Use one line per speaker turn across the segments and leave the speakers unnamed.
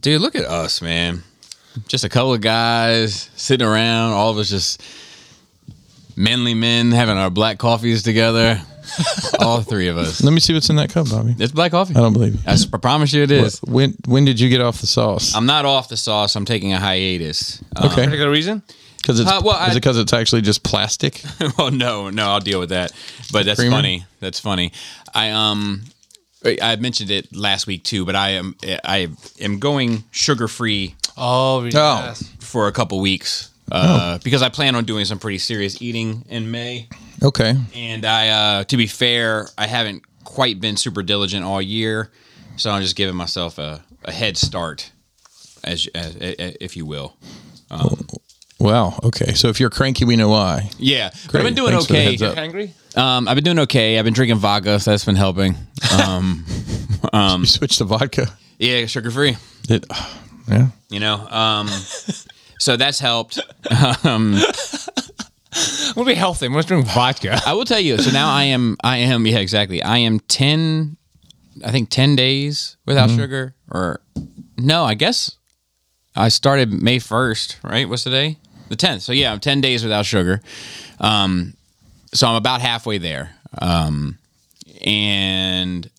Dude, look at us, man. Just a couple of guys sitting around, all of us just manly men having our black coffees together. all three of us.
Let me see what's in that cup, Bobby.
It's black coffee.
I don't believe you.
I s- I promise you it is. Um,
When when did you get off the sauce?
I'm not off the sauce. I'm taking a hiatus. Um,
Okay,
Particular reason?
because it's
Uh, well,
is
I-
it because it's actually just plastic?
well, no, no, I'll deal with that. But that's
Creamer?
funny. That's funny. I um, I I mentioned it last week too, but I am I am going sugar free
Oh, yes.
for a couple weeks uh,
Oh.
because I plan on doing some pretty serious eating in May.
Okay,
And I, uh, to be fair, I haven't quite been super diligent all year, so I'm just giving myself a, a head start, as, as, as if you will.
wow. Okay, so if you're cranky, we know why.
Yeah, but I've been
Great.
doing
Thanks for the
okay.
heads up.
Angry?
Um, I've been doing okay. I've been drinking vodka, so that's been helping. Um,
you switched to vodka.
yeah, sugar free.
It, yeah.
You know, um, so that's helped.
We'll be healthy. I'm just drink vodka.
I will tell you. So now I am. I am. Yeah, exactly. I am ten. I think ten days without sugar, or no? I guess I started May first. Right? What's today? The tenth. So yeah, I'm ten days without sugar. Um, so I'm about halfway there. Um, and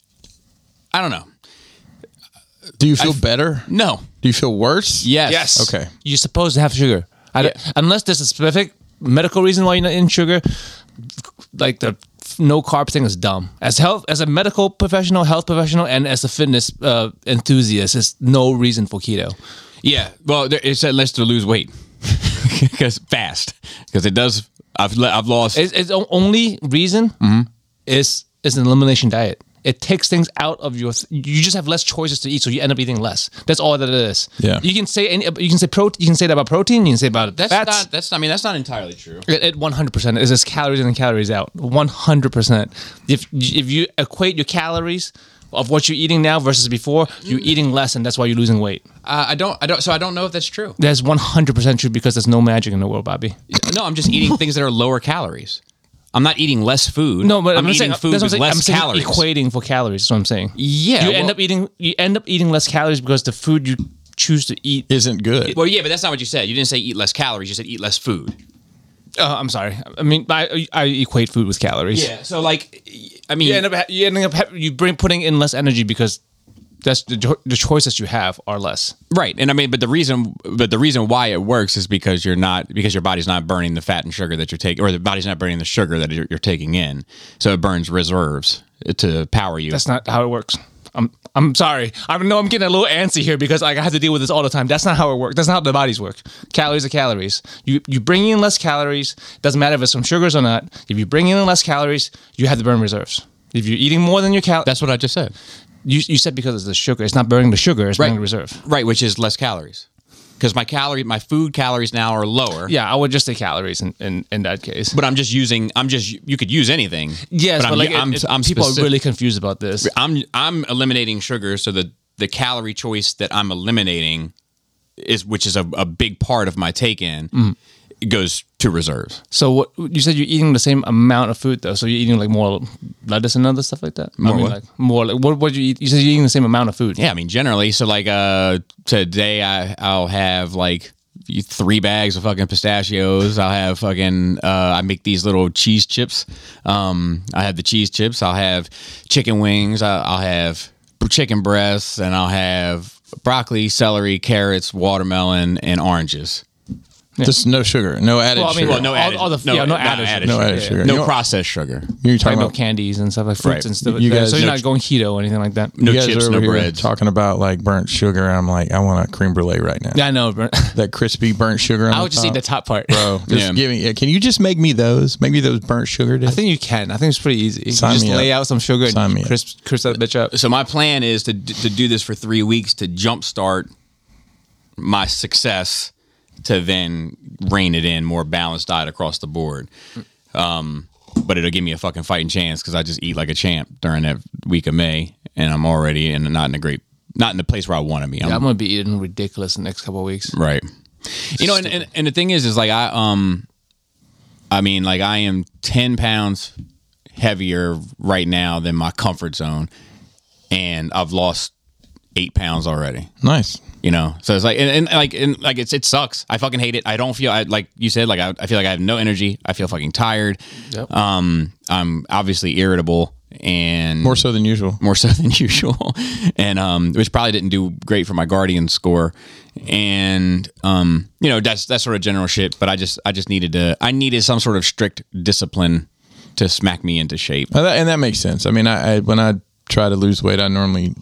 I don't know.
Do you feel better?
No.
Do you feel worse?
Yes.
Yes.
Okay.
You're supposed to have sugar. I don't- Unless there's a specific medical reason why you're not in sugar, like the no carb thing is dumb. As health, as a medical professional, health professional, and as a fitness uh, enthusiast, there's no reason for keto.
Yeah. Well, there, it's unless to lose weight, because fast, because it does. I've le- I've lost.
It's, it's o- only reason is is an elimination diet. It takes things out of your. You just have less choices to eat, so you end up eating less. That's all that it is.
Yeah.
You can say any. You can say pro. You can say that about protein. You can say about
that's
fats.
not. That's. I mean, that's not entirely true.
It, it 100% is just calories in and calories out. 100%. If if you equate your calories of what you're eating now versus before, you're
Mm.
eating less and that's why you're losing weight.
Uh, I don't. I don't. So I don't know if that's true.
That's 100% true because there's no magic in the world, Bobby.
No, I'm just eating things that are lower calories. I'm not eating less food.
No, but
I'm,
I'm,
eating
saying
food
that's what
with
I'm
less
saying, I'm saying
calories.
equating for calories is what I'm saying.
Yeah,
You end
well-
up eating you end up eating less calories because the food you choose to eat.
Isn't good.
well, yeah, but that's not what you said. You didn't say eat less calories. You said eat less food.
Uh, I'm sorry. I mean, I, I equate food with calories.
So like, I mean,
You end up ha- you ending up ha- you bring putting in less energy because that's the, cho- the choices you have are less.
right. And I mean, but the reason, but the reason why it works is because you're not because your body's not burning the fat and sugar that you're taking, or the body's not burning the sugar that you're, you're taking in. So it burns reserves to power you.
That's not how it works. I'm I'm sorry. I know I'm getting a little antsy here because like, I have to deal with this all the time. That's not how it works. That's not how the bodies work. Calories are calories. You you bring in less calories. Doesn't matter if it's from sugars or not. If you bring in less calories, you have to burn reserves. If you're eating more than your cal,
that's what I just said.
you, you said because it's the sugar. It's not burning the sugar. It's burning the reserve.
Right, which is less calories. Because my calorie, my food calories now are lower.
Yeah, I would just say calories in, in, in that case.
But I'm just using. I'm just. You could use anything.
yes, but,
I'm,
like
I'm,
it- it-
I'm
people
specific-
are really confused about this.
I'm I'm eliminating sugar, so the the calorie choice that I'm eliminating is, which is a, a big part of my take in,
Mm.
goes to reserves.
So what you said you're eating the same amount of food though. So you're eating like more lettuce and other stuff like that. More
what?
Like, more like what? What you eat? You said you're eating the same amount of food.
Yeah, I mean generally. So like uh, today I I'll have like three bags of fucking pistachios. I'll have fucking uh, I make these little cheese chips. Um, I have the cheese chips. I'll have chicken wings. I, I'll have chicken breasts, and I'll have broccoli, celery, carrots, watermelon, and oranges.
Just no sugar, no added
Well, I mean,
sugar.
well, no- All- all the- yeah, no added
sugar. No added sugar.
No
You know-
processed sugar.
You're
Probably
talking
no
about
candies and stuff like fruits
Right.
and stuff. Like
You
that.
guys-
so you're
no
not
ch-
going keto or anything like that.
No
you guys
chips,
are
no
over here
breads.
Talking about like burnt sugar. I'm like, I want a cream brulee right now.
Yeah, I know. Bro.
That crispy burnt sugar. On
I
the
would just eat
top.
the top part.
Uh, Bro, just
Yeah.
give me. Yeah, can you just make me those? Make me those burnt sugar.
I
Dips?
think you can. I think it's pretty easy. You
Sign
just
me
lay
up.
out some sugar
Sign me
and
up.
crisp, crisp that bitch up.
So my plan is to d- to do this for three weeks to jumpstart my success to then rein it in more balanced diet across the board. Um, but it'll give me a fucking fighting chance because I just eat like a champ during that week of May, and I'm already in not in a great, not in the place where I want to be. I'm-
I'm gonna be eating ridiculous in the next couple of weeks.
Right. You know, and, and and the thing is, is like I um, I mean, like I am ten pounds heavier right now than my comfort zone, and I've lost eight pounds already.
Nice.
You know, so it's like and, and like and like it's it sucks. I fucking hate it. I don't feel I like you said like I, I feel like I have no energy. I feel fucking tired.
Yep.
Um, I'm obviously irritable and
More so than usual.
more so than usual, and um, which probably didn't do great for my guardian score, and um, you know that's that's sort of general shit. But I just I just needed to I needed some sort of strict discipline to smack me into shape.
And that, and that makes sense. I mean, I, I when I try to lose weight, I normally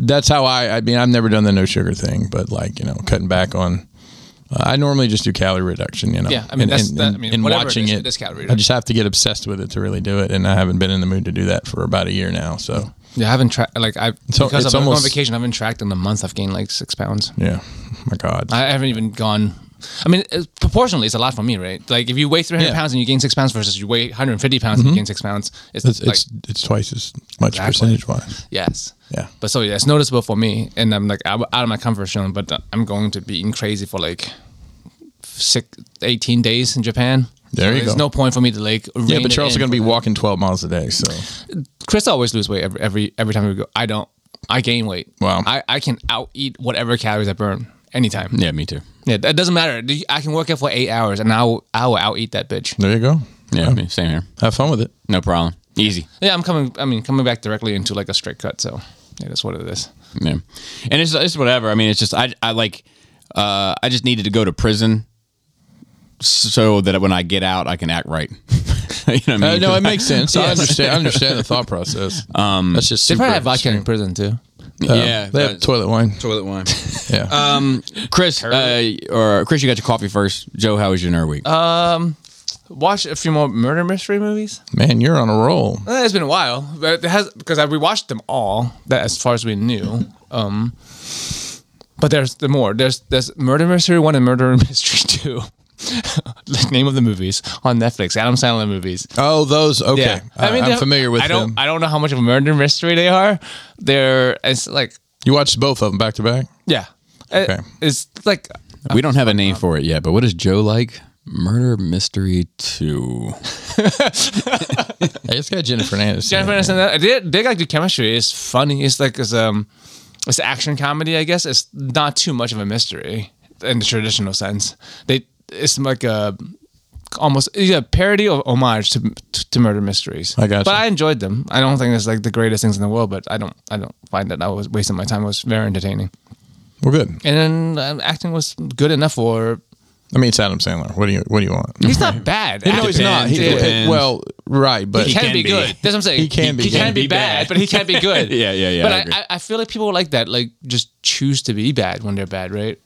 that's how I. I mean, I've never done the no sugar thing, but like you know, cutting back on. uh, I normally just do calorie reduction. You know,
Yeah, I mean, that's- that- I mean,
and
whatever it
watching
is,
it,
it is calorie
I just have to get obsessed with it to really do it, and I haven't been in the mood to do that for about a year now. So
Yeah, I haven't tracked like I
al-
because
it's
I've been on
almost-
vacation. I haven't tracked in a month. I've gained like six pounds.
yeah, my God,
I haven't even gone. I mean, it's- proportionally, it's a lot for me, right? Like if you weigh 300
Yeah. Mm-hmm.
pounds and you gain six pounds versus you weigh 150 pounds and you gain six pounds, it's,
it's
like
it's, it's twice as much
Exactly.
percentage wise.
yes.
Yeah.
But so yeah, it's noticeable for me, and I'm like I'm out of my comfort zone. But uh, I'm going to be eating crazy for like six, 18 days in Japan.
There
So
you
There's
go.
no point for me to like.
Yeah, but you're also going to be walking 12 miles a day. So
Chris always lose weight every every every time we go. I don't. I gain weight.
Wow.
I, I can out eat whatever calories I burn anytime.
Yeah, me too.
Yeah, that doesn't matter. The- I can work out for eight hours and I'll I'll out eat that bitch.
there you go.
Yeah, me, same here.
Have fun with it.
No problem. Easy.
Yeah, I'm coming. I mean, coming back directly into like a straight cut. So yeah, that's what it is.
Yeah, and it's it's whatever. I mean, it's just I I like uh, I just needed to go to prison so that when I get out, I can act right. you know what I
Uh,
mean?
no, it makes sense. I understand. I understand the thought process. Um, That's just
They
super.
probably have vodka in prison too.
uh,
yeah,
they have
that's-
toilet wine. Uh,
toilet wine.
Yeah,
Um, Chris, uh, or Chris, you got your coffee first. Joe, how was your nerd week?
Watch Um, a few more murder mystery movies.
man, you're on a roll.
Uh, It's been a while, but it has because I rewatched them all that as far as we knew. Um, but there's the more. There's there's Murder Mystery One and Murder Mystery Two. the name of the movies on Netflix, Adam Sandler movies.
Oh, those. Okay,
Yeah,
I mean, I'm
they're-
familiar with
I don't.
them.
I don't know how much of a murder mystery they are. They're it's like
you watched both of them back to back.
yeah,
Okay.
It- it's like
we don't have a name for it yet, but what is Joe like? Murder Mystery Two.
Hey, it's got Jennifer Aniston.
Jennifer Aniston. that- They they like the chemistry. It's funny. It's like it's um, it's action comedy. I guess it's not too much of a mystery in the traditional sense. They it's like a almost yeah parody or homage to to, to murder mysteries.
I gotcha.
But I enjoyed them. I don't think it's like the greatest things in the world, but I don't I don't find that I was wasting my time. It was very entertaining,
We're good.
and then um, acting was good enough for.
I mean, it's Adam Sandler. What do you What do you want?
He's not bad.
no, he's not.
Depends.
He,
Depends.
well, right, but
He can, be, good. That's what I'm saying.
He can be
He
good.
can be bad, but he can be good.
Yeah, yeah, yeah,
But
I
I,
agree.
I, I feel like people like that, like just choose to be bad when they're bad, right?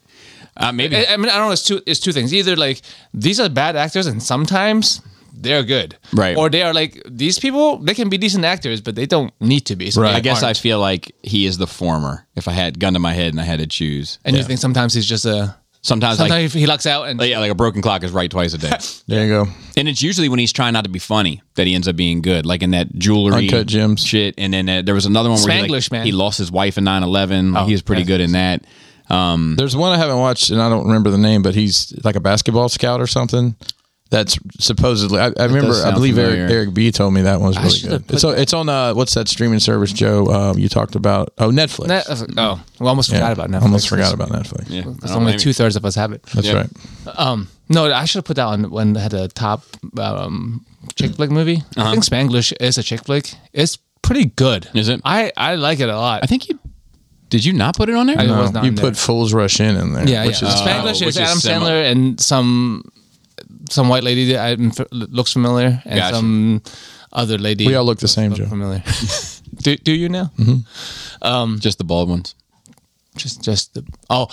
Uh, maybe
I, I mean, I don't know. It's two. It's two things. Either like these are bad actors, and sometimes they're good,
Right.
Or they are like these people. They can be decent actors, but they don't need to be. So
Right.
they
I guess I
aren't.
feel like he is the former. If I had gun to my head and I had to choose,
And you think sometimes he's just a.
sometimes, like
Sometimes he lucks out, and
yeah, like a broken clock is right twice a day.
there you go.
And it's usually when he's trying not to be funny that he ends up being good, like in that jewelry
Uncut Gems.
shit. And then uh, there was another one where he,
Spanglish,
like,
man.
he lost his wife in 9-11. Like, he was pretty
yeah.
good in that.
There's one I haven't watched, and I don't remember the name, but he's like a basketball scout or something. That's supposedly. I, I remember. I
sound
believe Eric,
familiar.
Eric B told me that one was really
should've
good. It's, on- it's on uh, what's that streaming service, Joe? Um, you talked about oh Netflix.
That- oh, well, almost
Yeah.
forgot about Netflix.
Almost forgot about Netflix.
Yeah,
Because only two thirds of us have it.
That's
Yeah.
right.
Um, no, I should have put that on when they had a top um, chick flick movie. I think Spanglish is a chick flick. It's pretty good.
Uh-huh. Is it?
I, I like it a lot.
I think you did. You not put it on there?
I-
No,
was not
Um, you
in
put
there.
Fools Rush In in there.
yeah,
which
yeah. Uh,
is
Spanglish
Oh,
is
which is
Adam
similar.
Sandler and some some white lady that I'm, f- looks familiar and
Gotcha.
some other lady.
we all look the same, Joe.
familiar. do, do you now?
Mm-hmm. Just the bald ones.
Just just the oh,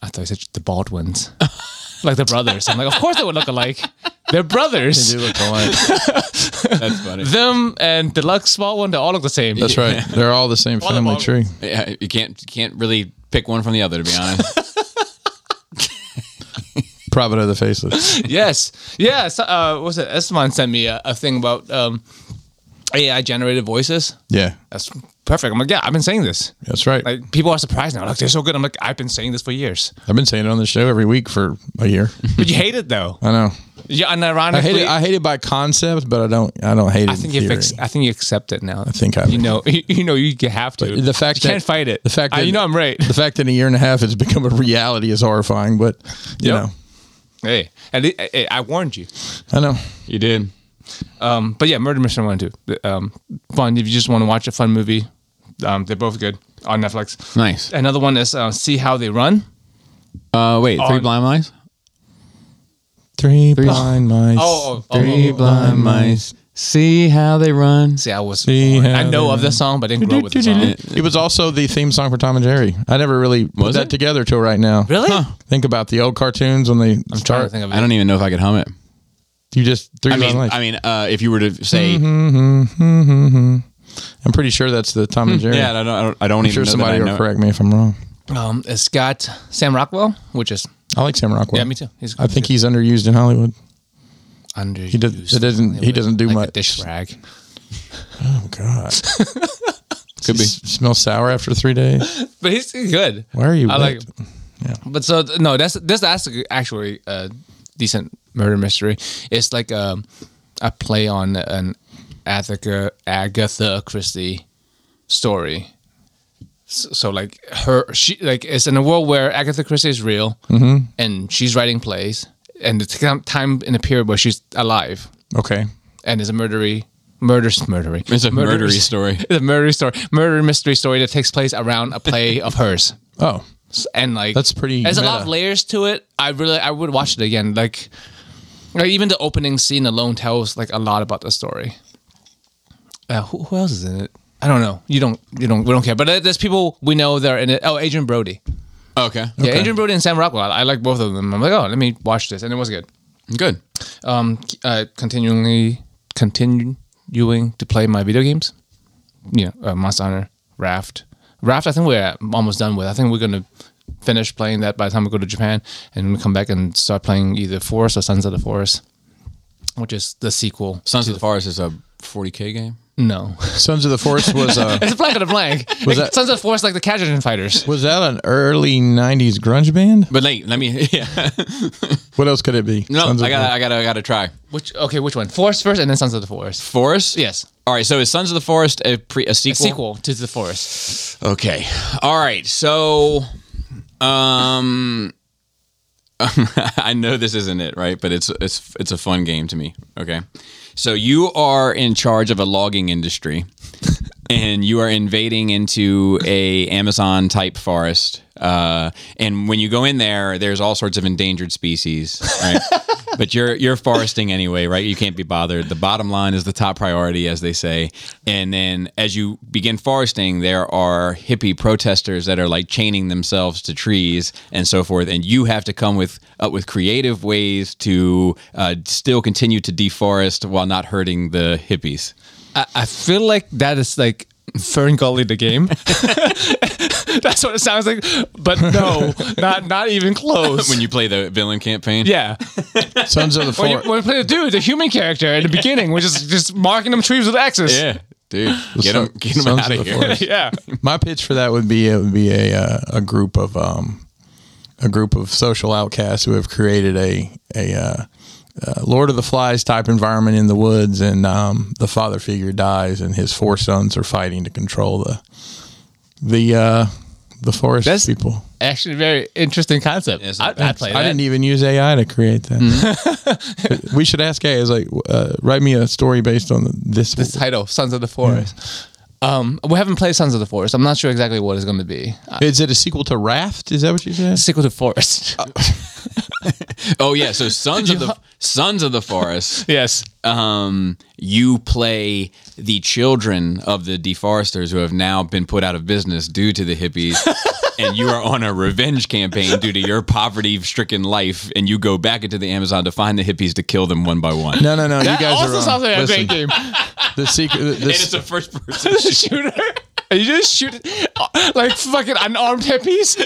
I thought you said the bald ones. Like the brothers, I'm like, of course they would look alike. They're brothers.
They look alike.
That's funny.
them and deluxe small one they all look the same
That's right. They're all the same
the
family
Baldwins.
tree.
yeah, you can't you can't really pick one from the other to be honest.
Prophet of the Faceless.
yes yes uh what was it Esteban sent me a, a thing about um ai generated voices
Yeah,
that's perfect i'm like yeah i've been saying this
that's right.
like people are surprised now like they're so good i'm like i've been saying this for years
I've been saying it on the show every week for a year.
but you hate it though
I know.
Yeah, and
I hate
ironically,
it. I hate it by concept, but I don't. I don't hate it.
I think
in
you
theory.
fix, I think you accept it now. I
think I
you
would.
know you know you have to.
the fact
you
that-
can't fight it.
the fact
I-
that-
you know I'm right.
the fact that in a year and a half it's become a reality is horrifying. But you
Yep.
know,
Hey, and it, I- I warned you.
I know.
You did.
Um, but yeah, Murder Mission One and Two, um, fun. If you just want to watch a fun movie, um, they're both good on Netflix.
Nice.
Another one is uh, See How They Run.
Uh, wait, three
On-
blind mice.
Three, blind mice.
Oh, oh, oh,
three
oh, oh.
blind mice.
See how they run.
See, I was
See
born.
How
I know
They
of the song, but I didn't grow up with the song.
It was also the theme song for Tom and Jerry. I never really put
Was
that
it?
together till right now.
Really?
Think about the old cartoons when they
I'm trying to
start.
think of it.
I don't even know if I could hum it.
You just three
I mean,
blind mice.
I mean, uh, if you were to say,
Mm-hmm. I'm pretty sure that's the Tom
Hmm.
and Jerry.
yeah, I don't, I don't, I don't
I'm
even
sure
know that I
somebody will
know it.
correct me if I'm wrong.
Um, it's got Sam Rockwell, which is
I like Sam Rockwell.
yeah, me too. He's
I think he's underused in Hollywood.
underused.
He does- it doesn't- he doesn't do
like a
much.
dish rag.
Oh God,
Could be.
S- smells sour after three days.
but he's good.
Why are you?
I like.
wet?
But so no, that's that's that's actually a decent murder mystery. It's like a, a play on an Agatha Agatha Christie story. So, so like her, she like it's in a world where Agatha Christie is real,
Mm-hmm.
and she's writing plays, and it's kind of time in a period where she's alive,
Okay.
and it's a murdery. Murders, murdery.
It's a murdery story.
It's a murder story, murder mystery story that takes place around a play of hers
Oh,
and like
That's pretty
There's a lot of
meta.
layers to it. I really I would watch it again. Like, like, even the opening scene alone tells like a lot about the story. Uh, who, who else is in it? I don't know. You don't. You don't. We don't care. But uh, there's people we know that are in it. Oh, Adrian Brody.
Okay.
Yeah, Adrian Brody and Sam Rockwell. I like both of them. I'm like, oh, let me watch this, and it was good.
Good.
Um, uh, continually continuing to play my video games. Yeah, uh, Monster Hunter, Raft, Raft. I think we're at- almost done with. I think we're gonna finish playing that by the time we go to Japan, and we come back and start playing either Forest or Sons of the Forest, which is the sequel.
Sons of the Forest is a 40k game.
No,
Sons of the Forest was uh,
it's a blank on a blank.
Was that-
Sons of the Forest like the Cajun fighters.
was that an early '90s grunge band?
But like, let me. Yeah.
What else could it be?
No,
Sons of
I got. to
the-
I got. to I got to try.
Which okay, which one? Forest first, and then Sons of the Forest.
Forest.
Yes,
All right. So is Sons of the Forest a pre a sequel?
sequel to the Forest.
Okay. All right. So, um, I know this isn't it, right? But it's it's it's a fun game to me. Okay. So you are in charge of a logging industry, and you are invading into a Amazon type forest. Uh, and when you go in there, there's all sorts of endangered species. Right. But you're you're foresting anyway, right? You can't be bothered. The bottom line is the top priority, as they say. And then as you begin foresting, there are hippie protesters that are like chaining themselves to trees and so forth. And you have to come with up with creative ways to uh, still continue to deforest while not hurting the hippies.
I, I feel like that is like Fern Gully the game. That's what it sounds like. But no, not not even close.
When you play the villain campaign,
yeah.
Sons of the
When you,
Forest.
when you play the dude, the human character at the beginning, which is just marking them trees with X's.
yeah, dude, get them, get
Sons
them out
of
of
the
here.
Forest.
Yeah.
My pitch for that would be it would be a uh, a group of um a group of social outcasts who have created a a uh, uh, Lord of the Flies type environment in the woods, and um, the father figure dies, and his four sons are fighting to control the the uh, the forest
That's-
people.
Actually, very interesting concept.
Yes,
I, I'd play that. Mm-hmm.
I didn't even use AI to create that. we should ask AI. Is like, uh, write me a story based on this.
this title, Sons of the Forest. Um, we haven't played Sons of the Forest. I'm not sure exactly what it's going to be. Uh,
Is it a sequel to Raft? Is that what you said?
sequel to Forest.
Oh yeah, so sons of the sons of the forest.
yes.
um, you play the children of the deforesters who have now been put out of business due to the hippies. and you are on a revenge campaign due to your poverty stricken life. And you go back into the Amazon to find the hippies to kill them one by one.
No, no, no. you
That
guys are
also
wrong.
sounds like a
Listen,
great game.
The sequel.
And it's
This,
a first person
shooter. And you just shoot like fucking unarmed hippies.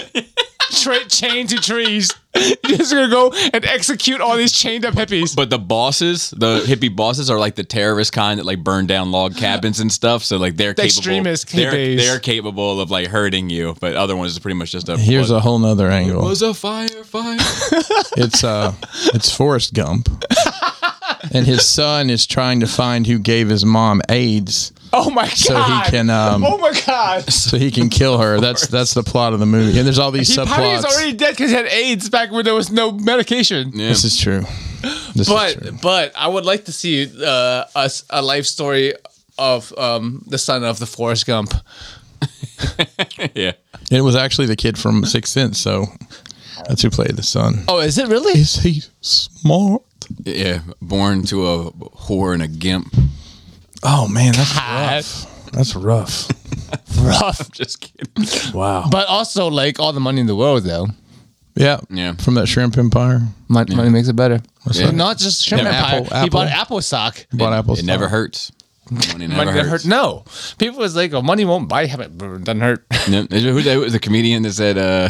Tra- chained to trees. You're just gonna go and execute all these chained up hippies.
But the bosses, the hippie bosses, are like the terrorist kind that like burn down log cabins and stuff. So like they're capable,
extremist
they're,
hippies.
they're capable of like hurting you. But other ones is pretty much just a
here's a whole nother angle.
was a fire, fire.
It's uh, it's Forrest Gump. and his son is trying to find who gave his mom AIDS
Oh my god!
So he can, um,
oh my god!
so he can kill her. That's that's the plot of the movie. And there's all these
He probably is
subplots.
already dead because he had AIDS back when there was no medication.
Yeah.
this is true. This is true.
But but I would like to see uh, a s- a life story of um, the son of the Forrest Gump.
yeah.
It was actually the kid from Sixth Sense, so that's who played the son.
Oh, is it really?
Is he smart?
Yeah. Born to a whore and a gimp.
Oh man, that's
God.
rough. That's rough.
Rough,
Just kidding.
Wow.
but also like all the money in the world though.
Yeah.
Yeah.
From that shrimp empire.
Mon- Money makes it better.
Yeah.
But Not just shrimp
Yeah,
empire.
Apple-
He
Apple.
bought Apple stock.
Bought apple
It never
stock.
hurts. Money never
Money doesn't
hurts.
hurt. No, people was like, "Oh, money won't buy heaven." Brr, Doesn't hurt.
No, who that was the comedian that said, uh,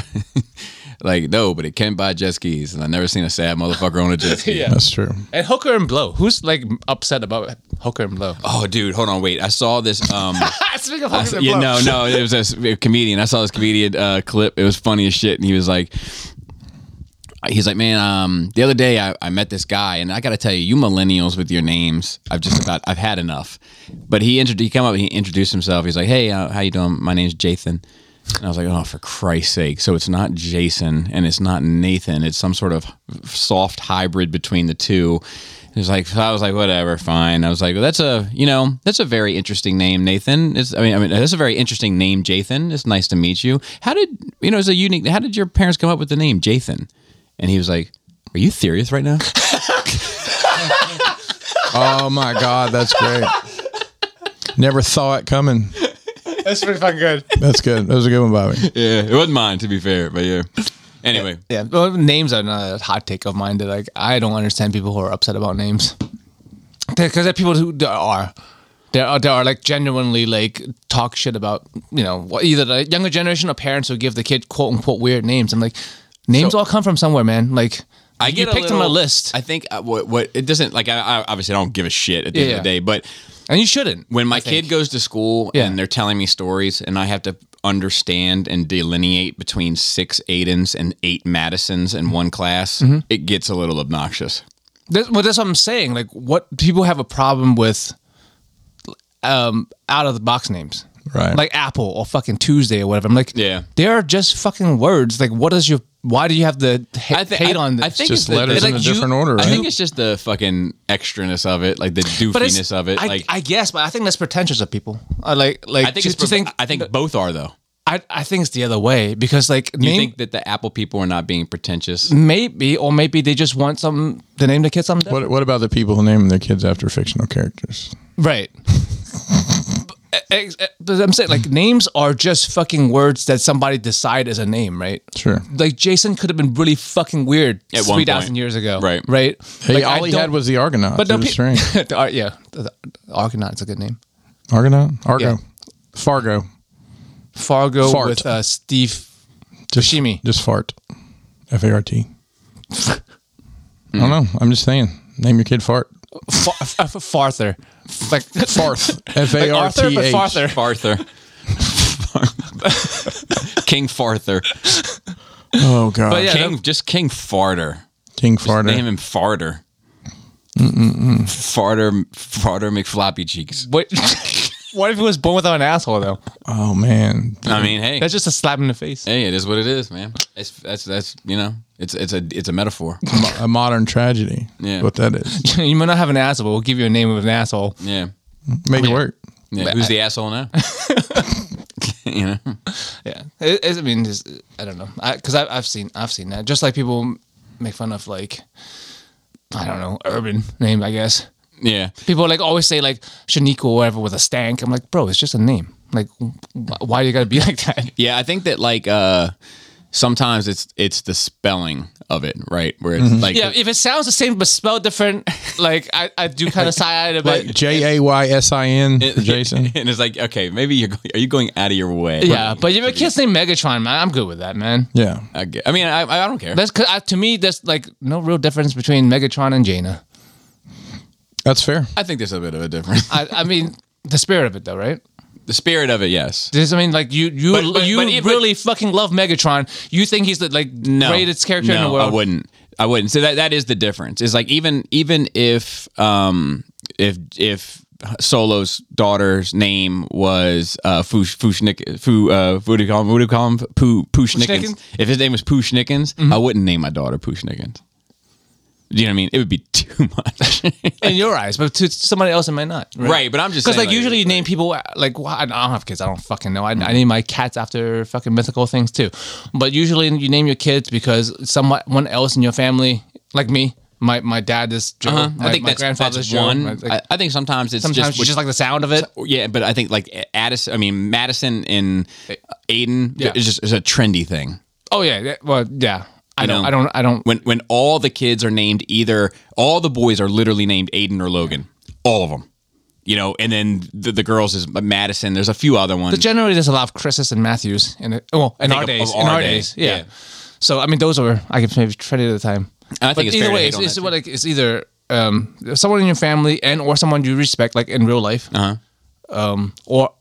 like, no, but it can buy jet skis, and I've never seen a sad motherfucker on a jet ski.
yeah.
That's true.
And hooker and blow. Who's like upset about hooker and blow?
Oh, dude, hold on, wait. I saw this. Um,
Speaking of
I
hooker
saw-
and
yeah,
blow,
no, no, it was a s- a comedian. I saw this comedian uh, clip. It was funny as shit, and he was like, he's like, man, um, the other day I, I met this guy, and I got to tell you, you millennials with your names, I've just about, I've had enough. But he introduced, he come up, and he introduced himself. He's like, hey, uh, how you doing? My name's Jathan. And I was like, oh, for Christ's sake! So it's not Jason and it's not Nathan. It's some sort of soft hybrid between the two. It was like so I was like, whatever, fine. I was like, well, that's a you know that's a very interesting name, Nathan. It's I mean I mean that's a very interesting name, Jathan. It's nice to meet you. How did you know it's a unique? How did your parents come up with the name Jathan? And he was like, "Are you serious right now?"
Oh my god, that's great. Never saw it coming.
that's pretty fucking good.
That's good. That was a good one, Bobby.
yeah, it wasn't mine to be fair, but yeah. Anyway,
Yeah, well, names are not a hot take of mine. That like I don't understand people who are upset about names, because there are people who there are. There are, there are like genuinely like talk shit about you know what- either the younger generation or parents who give the kid quote unquote weird names. I'm like, names all come from somewhere, man. Like
I
you
get
picked
a
them
little,
a list,
I think uh, what what it doesn't like. I, I obviously don't give a shit at the end
Yeah.
of the day, but
and you shouldn't.
when my kid goes to school
Yeah.
and they're telling me stories and I have to understand and delineate between six Aidens and eight Madisons in one class, it gets a little obnoxious.
That's, well, that's what I'm saying. Like, what people have a problem with, um, out of the box names,
Right.
Like Apple or fucking Tuesday or whatever. I'm like,
Yeah.
they are just fucking words. Like, what is your? Why do you have the ha-
thi-
hate on this?
I think
Just
it's the-
letters
it's
in a different order,
I
right?
think it's just the fucking extraness of it, like the doofiness of it.
I,
like
I guess, but I think that's pretentious of people. I like, like,
I think
to,
it's
to
provo-
think,
I think both are though.
I, I think it's the other way because, like,
You
name,
think that the Apple people are not being pretentious?
maybe or maybe they just want some the name the kid something. different.
What what about the people who name their kids after fictional characters?
Right. But, ex- eh, but I'm saying like names are just fucking words that somebody decide as a name, right?
Sure.
Like Jason could have been really fucking weird
At one
three thousand
point.
years ago,
Right.
Right?
Hey,
Like,
all
I
he
don't-
had was the Argonaut. But
no,
it was
pe-
strange.
the Ar- yeah, the, the Argonaut's a good name.
Argonaut? Argo.
Yeah.
Fargo.
Fargo
Fart.
with uh, Steve
Just,
Fushimi.
Just fart. F A R T. I don't know. I'm just saying. Name your kid fart.
Far- f- f- Farther, like
Farth. F
like
A R
Arthur,
T
but
H.
farther.
Farther. King Farther.
Oh god.
yeah,
King just King Farter.
King
Name
farter.
him Farter. Farter, Farter McFloppy cheeks.
What? what if he was born without an asshole though?
Oh man.
I mean, hey,
That's just a slap in the face.
hey, it is what it is, man. It's that's that's you know, it's it's a it's a metaphor.
Mo- A modern tragedy.
Yeah.
What that is.
you might not have an asshole, but we'll give you a name of an asshole.
Yeah,
Make it work.
yeah. Who's the asshole now? you know,
Yeah, it, it's- I mean, it's, I don't know, because I've, I've seen I've seen that. Just like people make fun of like, I don't know, urban name, I guess.
yeah.
People like always say like Shaniqua or whatever with a stank. I'm like, bro, it's just a name. Like, wh- why you gotta be like that?
Yeah, I think that like uh sometimes it's it's the spelling of it, right? Where it's like
Yeah, if it sounds the same but spelled different, like I, I do kind of side eyed about.
J A Y S I N for Jason.
and it's like okay, maybe you're go- are you going out of your way?
yeah, but you have a kid's named Megatron, man. I'm good with that, man.
Yeah.
I, gue- I mean, I I don't care.
That's cause I, to me, there's like no real difference between Megatron and Jaina.
That's fair.
I think there's a bit of a difference.
I, I mean, the spirit of it, though, right?
the spirit of it, yes.
This, I mean, like you, you,
But- but-
you
but it- but-
really fucking love Megatron. You think he's the like
No,
greatest character in
no,
the world?
I wouldn't. I wouldn't. So that that is the difference. Is like even even if um if if Solo's daughter's name was uh Fush Fushnik Fu uh what do you call him? What do you call him? Poo Pushnickens.
Pushnickens?
If his name was Pushnickens,
Mm-hmm.
I wouldn't name my daughter Pushnickens. Do you know what I mean? It would be too much.
in your eyes, but to somebody else, it might not.
Right, but I'm just
because,
saying,
like,
like, Mm-hmm.
usually you name people like well, I don't have kids. I don't fucking know. I, I name my cats after fucking mythical things too. But usually you name your kids because someone else in your family, like me, my my dad is Joe.
Uh-huh.
My,
I think
my
that's, that's
Joe.
one.
My- like,
I, I think sometimes it's
sometimes
just,
you just like the sound of it.
Yeah, but I think like Addison, I mean Madison and Aiden
Eh, Yeah.
is just is a trendy thing.
Oh yeah. yeah, Well, yeah. I
You
don't.
know.
I don't. I don't.
When when all the kids are named either all the boys are literally named Aiden or Logan, all of them. You know, and then the, the girls is Madison. There's a few other ones.
Generally, there's a lot of Chris's and Matthews in it. Well, in
think
our
of-
days,
of
in
our
our
day,
days, yeah.
yeah.
So I mean, those were I could maybe trade at the time.
And I think it's
either
fair to
way,
hate
it's,
on
it's
that,
what like, it's either um, someone in your family and or someone you respect, like in real life,
uh-huh.
um, or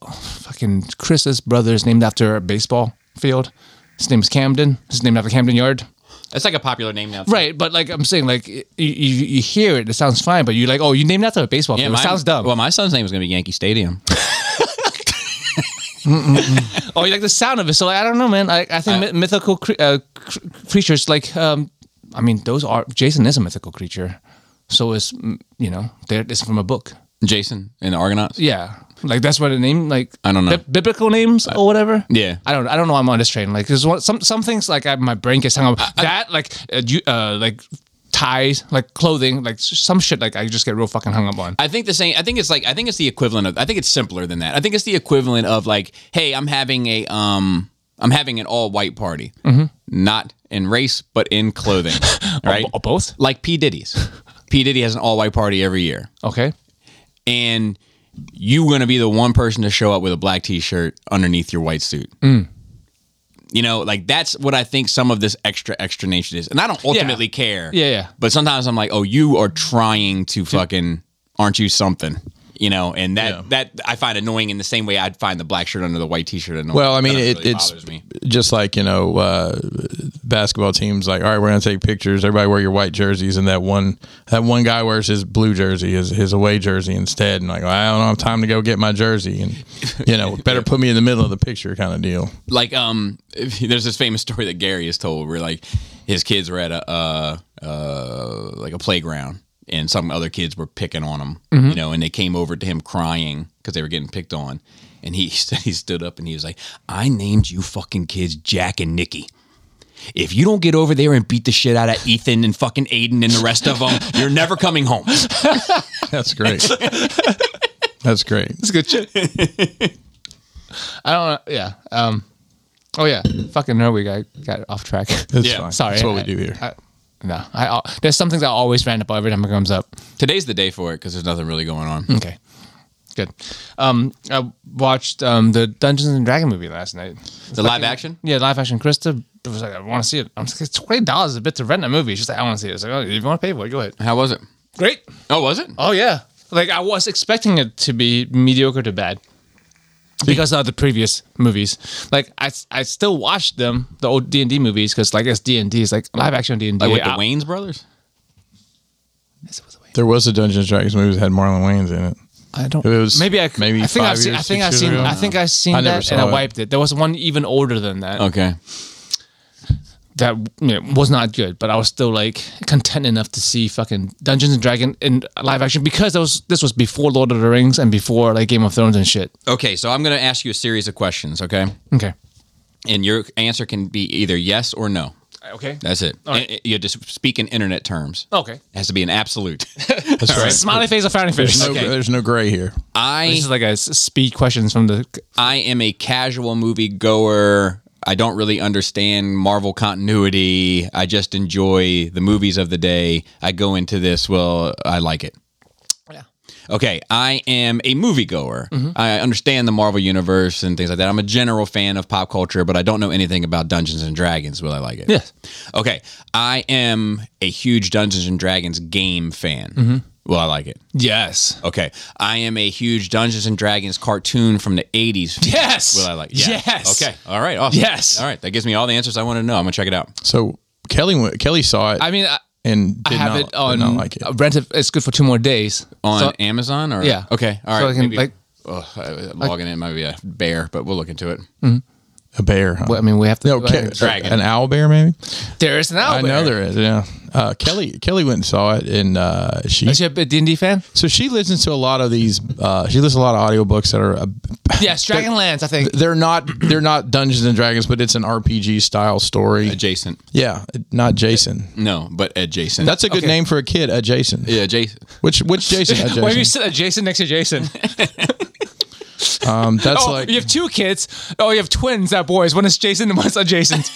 fucking Chris's brother is named after a baseball field. His name's Camden. It's named after Camden Yard.
That's like a popular name now. too.
Right, but like I'm saying, like you, you, you hear it, it sounds fine, but you're like, oh, you named after a baseball
Yeah,
field.
my-
it sounds dumb.
Well, my son's name is going to be Yankee Stadium.
Oh, you like the sound of it. So like, I don't know, man. I, I think myth- mythical cre- uh, cr- creatures, like, um, I mean, those are Jason is a mythical creature. So is mm, you know, there it's from a book.
Jason and the Argonauts.
Yeah, like that's what the name, like
I don't know.
bib- biblical names or whatever.
yeah.
I don't. I don't know. I'm on this train. Like, there's one, some some things like I, my brain gets hung up. that like uh, you uh like ties, like clothing, like s- some shit. Like I just get real fucking hung up on.
I think the same. I think it's like I think it's the equivalent of. I think it's simpler than that. I think it's the equivalent of like, hey, I'm having a um, I'm having an all white party, not in race but in clothing, right?
Or both.
Like P Diddy's. P Diddy has an all white party every year,
Okay.
and you're gonna be the one person to show up with a black T-shirt underneath your white suit.
Mm.
You know, like that's what I think some of this extra extra nation is, and I don't ultimately care.
Yeah, yeah.
But sometimes I'm like, oh, you are trying to fucking, aren't you something? You know, and that
Yeah.
that I find annoying in the same way I'd find the black shirt under the white T-shirt annoying.
Well, I mean,
That
it,
really
it's
bothers me.
just like you know, uh, basketball teams. Like, all right, we're gonna take pictures. Everybody wear your white jerseys, and that one that one guy wears his blue jersey, his his away jersey instead. And like, I don't have time to go get my jersey, and you know, better put me in the middle of the picture, kind of deal.
like um if- there's this famous story that Gary has told where like his kids were at a uh uh like a playground and some other kids were picking on him you know and they came over to him crying cuz they were getting picked on and he st- he stood up and he was like I named you fucking kids Jack and Nikki if you don't get over there and beat the shit out of Ethan and fucking Aiden and the rest of them, you're never coming home.
That's great. That's great.
It's good shit. I don't know. Yeah. Um. Oh yeah. Fucking Norway guy got off track.
That's
Yeah,
fine.
Sorry.
That's what
I-
we do here.
I- no, I al- there's some things I always rant about every time it comes up.
Today's the day for it because there's nothing really going on.
Okay. Good. Um, I watched um the Dungeons and Dragon movie last night.
The live action?
Yeah, live action. Krista was like, I want to see it. I'm like, it's twenty dollars a bit to rent a movie. She's like, I want to see it. I was like, oh, if you want to pay for it, go ahead.
How was it?
Great.
Oh, was it?
Oh yeah. Like I was expecting it to be mediocre to bad. Because of the previous movies, like I, I still watched them, the old D and D movies, because like it's D and D, it's like live action D and D.
Like with the Wayne's brothers?
There was a Dungeons and Dragons movie that had Marlon Wayans in it.
I don't.
It was
maybe I.
maybe
I think
five
I've seen.
years,
I think
six
I've
years
seen.
ago.
I think I've seen
I never
that,
saw
and I
it.
wiped it. There was one even older than that.
Okay.
That you know, was not good, but I was still like content enough to see fucking Dungeons and Dragon in live action because that was this was before Lord of the Rings and before like Game of Thrones and shit.
Okay, so I'm going to ask you a series of questions, okay?
Okay.
And your answer can be either yes or no.
Okay.
That's it.
right. Oh.
And- and You just speak in internet terms.
Okay.
It has to be an absolute.
That's right.
Smiley face or frowny face?
No, There's no gray here.
I
This is like a s- speed questions from the.
I am a casual movie goer. I don't really understand Marvel continuity. I just enjoy the movies of the day. I go into this well, I like it.
Yeah.
Okay, I am a moviegoer.
Mm-hmm.
I understand the Marvel universe and things like that. I'm a general fan of pop culture, but I don't know anything about Dungeons and Dragons. Will I like it?
Yes.
Okay, I am a huge Dungeons and Dragons game fan.
Mm-hmm.
Will I like it?
Yes.
Okay, I am a huge Dungeons and Dragons cartoon from the '80s.
Yes.
Will I like? it?
Yes.
Okay. All right. Awesome.
Yes.
All right. That gives me all the answers I want to know. I'm gonna check it out.
So Kelly went, Kelly saw it.
I mean, I,
and
I
did
have
not,
it
did
on
not like it.
uh, rent. it- It's good for two more days.
on
So-
Amazon or
Yeah.
okay all
So
right
I can,
maybe,
like-
Ugh, I- logging in might be a bear but we'll look into it
Hmm.
A bear. Huh?
Well, I mean, we have to.
no, Ke-
Dragon.
an owl bear maybe.
there is an
I
owl.
know there is. Yeah, uh, Kelly. Kelly went and saw it, and uh, she.
Is she a D and D fan?
So she listens to a lot of these. Uh, she listens to a lot of audiobooks that are. Uh,
Yes, Dragonlance. I think.
they're not. They're not Dungeons and Dragons, but it's an RPG style story.
adjacent
Yeah, not Jason.
no but adjacent
That's a good name for a kid. A Jason.
yeah adjacent
Which which Jason? A
Why do you
Jason.
sit adjacent next to Jason?
Um, that's
Oh,
like
you have two kids. Oh, you have twins. That boys. One is Jason and one's adjacent.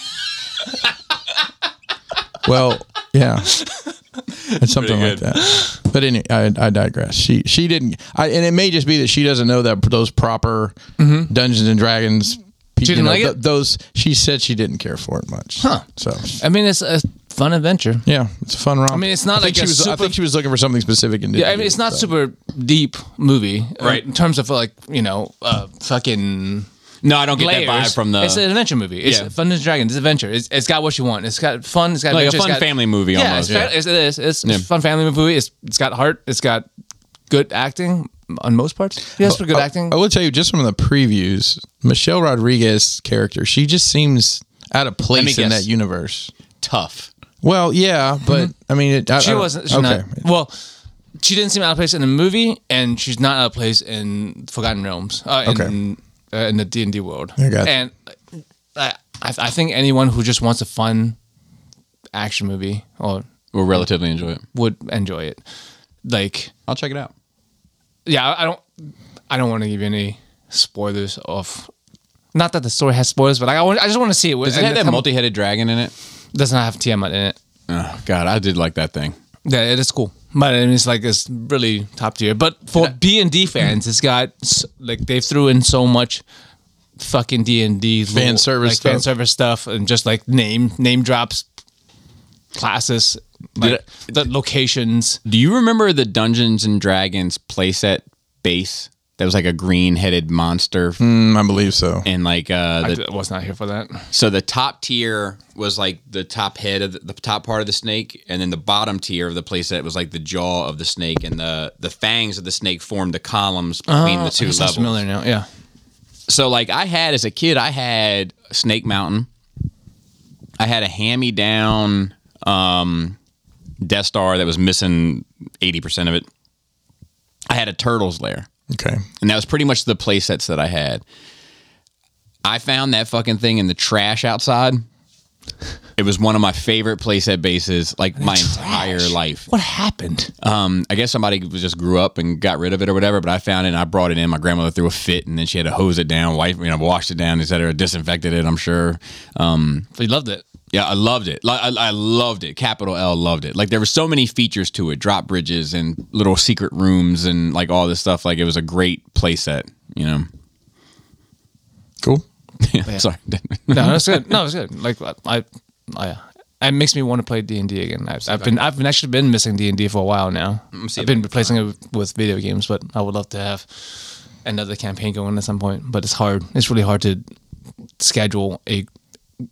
well, yeah. It's something
Pretty
like that. But anyway, I, I digress. She she didn't, I, and it may just be that she doesn't know that those proper Dungeons and Dragons. She
Mm-hmm. didn't like it?
Those she said she didn't care for it much. Huh. So
I mean, it's a fun adventure.
yeah, it's a fun romp. I
mean, it's not
think
like
she
a
was. I
super-
think she was looking for something specific. And
Yeah, I mean, it's not super deep movie, uh,
Right.
In terms of like you know, uh, fucking
no I don't get
layers.
that vibe from the
It's an adventure movie. It's
Yeah.
fun and dragons. It's adventure. It's, it's got what you want. It's got fun. It's got
like a
adventure, it's
fun
got-
family movie
Yeah,
almost
it's, fa- it's, it is. It's a fun family movie. It's it's got heart. It's got good acting on most parts.
Oh,
Yes, for good acting.
I will tell you just from the previews, Michelle Rodriguez character, she just seems out of place in
guess.
that universe.
tough
Well, yeah, but I mean, it, I,
Mm-hmm. She
uh,
I don't-
wasn't. She's
okay.
not. Well, she didn't seem out of place in the movie, and she's not out of place in Forgotten Realms. Uh, in, uh, in the D and D world.
I got you.
and I, I, I think anyone who just wants a fun action movie or
we'll relatively enjoy it
would enjoy it. Like,
I'll check it out
yeah, I- I don't, I don't want to give you any spoilers of. Not that the story has spoilers, but like, I, want, I just want to see it.
does it have that multi-headed dragon in it
does not have Tiamat in it.
oh god I did like that thing
Yeah, it is cool. But I mean, it's like it's really top tier. But for B and D fans, it's got s- like they threw in so much fucking D and D
Fan service
like fan
stuff.
service stuff, and just like name name drops, classes, like, the locations.
do you remember the Dungeons and Dragons playset base that was like a green headed monster
Mm, I believe so.
and like uh the
I was not here for that.
So the top tier was like the top head of the, the top part of the snake, and then the bottom tier of the playset was like the jaw of the snake, and the the fangs of the snake formed the columns between the two
That sounds
levels.
familiar now. Yeah,
So like I had as a kid, I had Snake Mountain, I had a hammy down um, Death Star that was missing eighty percent of it. I had a Turtles lair
Okay.
and that was pretty much the play sets that I had. I found that fucking thing in the trash outside. It was one of my favorite playset bases, like my entire life.
what happened?
Um, I guess somebody was- just grew up and got rid of it or whatever, but I found it and I brought it in. My grandmother threw a fit and then she had to hose it down, wipe, you know, washed it down, et cetera, disinfected it, I'm sure. Um,
We loved it.
yeah, I loved it. Like, I, I loved it. Capital L loved it. Like there were so many features to it, drop bridges and little secret rooms and like all this stuff. Like it was a great playset, you know.
Cool.
Yeah, Sorry.
No, that's good. No, it's good. Like I, I, I it makes me want to play D and D again. I've, I've been, I've been actually been missing D and D for a while now. I've been replacing it with video games, but I would love to have another campaign going at some point. But it's hard. It's really hard to schedule a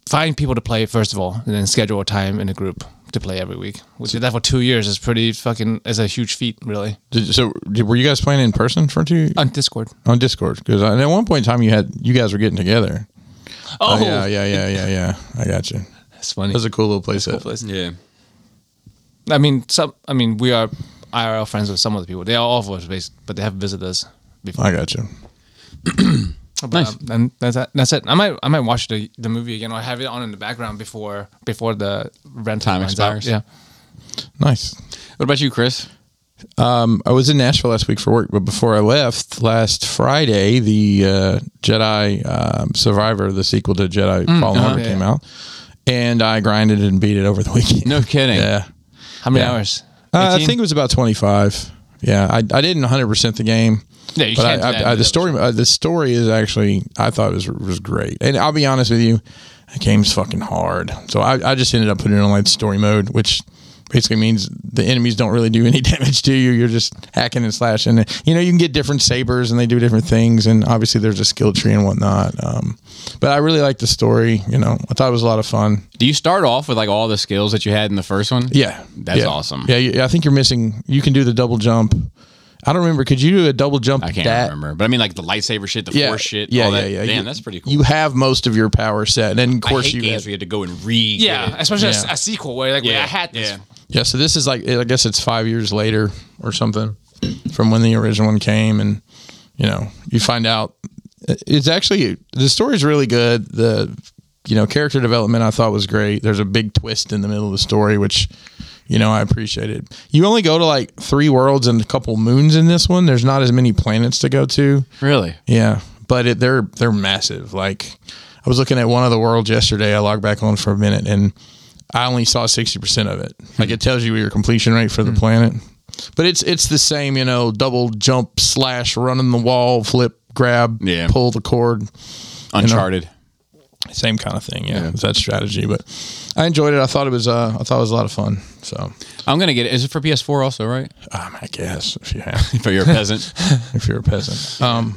find people to play first of all, and then schedule a time in a group to play every week. Which did that for two years is pretty fucking is a huge feat, really.
Did, so, did, were you guys playing in person for two
On Discord.
on Discord? Because at one point in time, you had you guys were getting together.
Oh,
yeah, yeah, yeah, yeah, yeah. I got you. That
that's funny.
was a cool little playset.
Place.
yeah.
I mean, some. I mean, we are IRL friends with some of the people. They are all voice based, but they have visitors before.
I got you. Oh,
But, um, and that's it. that's it. I might I might watch the the movie again or have it on in the background before before the rent
Time
runs out.
expires.
Yeah.
Nice.
What about you, Chris?
I was in Nashville last week for work, but before I left last Friday, the uh, Jedi um, Survivor, the sequel to Jedi Fallen Order,
yeah,
came out, and I grinded and beat it over the weekend.
No kidding.
Yeah,
How many
Yeah.
hours?
uh, I
18?
think it was about twenty five. Yeah, I, I didn't one hundred percent the game.
Yeah, you
but
can't do
I,
that
I, I,
with
the story. Uh, the story is actually I thought it was was great, and I'll be honest with you, the game's fucking hard. So I, I just ended up putting it on like story mode, which basically means the enemies don't really do any damage to you. You're just hacking and slashing. You know, you can get different sabers and they do different things. And obviously, there's a skill tree and whatnot. Um, but I really like the story. You know, I thought it was a lot of fun.
Do you start off with like all the skills that you had in the first one?
Yeah,
That's
Yeah.
awesome.
Yeah, you- I think you're missing. You can do the double jump. I don't remember. Could you do a double jump?
I can't remember, but I mean like the lightsaber shit, the force shit,
Yeah,
all
yeah,
that.
yeah.
Damn,
You-
that's pretty cool.
You have most of your power set, and then of course
I hate
you.
games where you had to go and re. get
Yeah,
it.
especially a-
Yeah.
A, sequel where like wait, I had this.
Yeah.
Yeah, so this is like I guess it's five years later or something from when the original one came, and you know you find out it's actually the story's really good. The you know character development I thought was great. There's a big twist in the middle of the story, which you know I appreciated. You only go to like three worlds and a couple moons in this one. There's not as many planets to go to.
Really?
Yeah, but it, they're they're massive. Like I was looking at one of the worlds yesterday. I logged back on for a minute, and I only saw sixty percent of it. Like it tells you your completion rate for the planet, but it's it's the same. You know, double jump slash, run in the wall, flip, grab,
Yeah.
pull the cord,
Uncharted.
same kind of thing. Yeah, it's that strategy. But I enjoyed it. I thought it was uh, I thought it was a lot of fun. So
I'm gonna get it. Is it for PS4 also? Right?
um, I guess if you have.
For your peasant.
if you're a peasant. Um,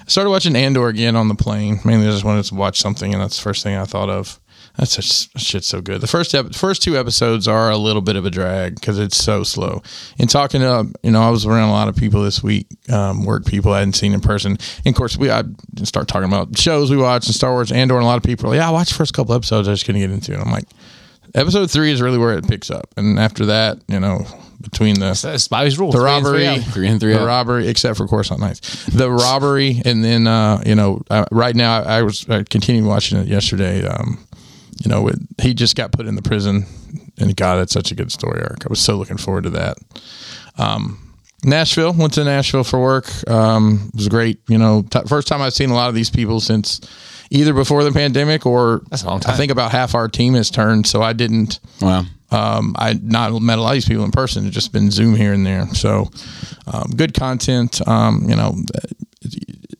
I started watching Andor again on the plane. Mainly, I just wanted to watch something, and that's the first thing I thought of. That's such that shit's so good. The first ep- first two episodes are a little bit of a drag because it's so slow. And talking to you know, I was around a lot of people this week, um, work people I hadn't seen in person. And of course, we I start talking about shows we watch and Star Wars Andor, and a lot of people are like, yeah, I watched the first couple episodes. I just couldn't get into, it. I'm like. Episode three is really where it picks up, and after that, you know, between the
That's Bobby's rule.
the
uh, Three and
robbery,
three out.
Three and three
the
out.
robbery, except for course on nights, the robbery, and then uh, you know, uh, right now I, I was I continued watching it yesterday. Um, you know, it, he just got put in the prison, and God, that's such a good story arc. I was so looking forward to that. Um, Nashville. Went to Nashville for work. Um, it was great. You know, t- first time I've seen a lot of these people since either before the pandemic or
That's a long time.
I think about half our team has turned, so I didn't.
Wow.
Um, I not met a lot of these people in person. It's just been Zoom here and there. So, um, good content. Um, you know,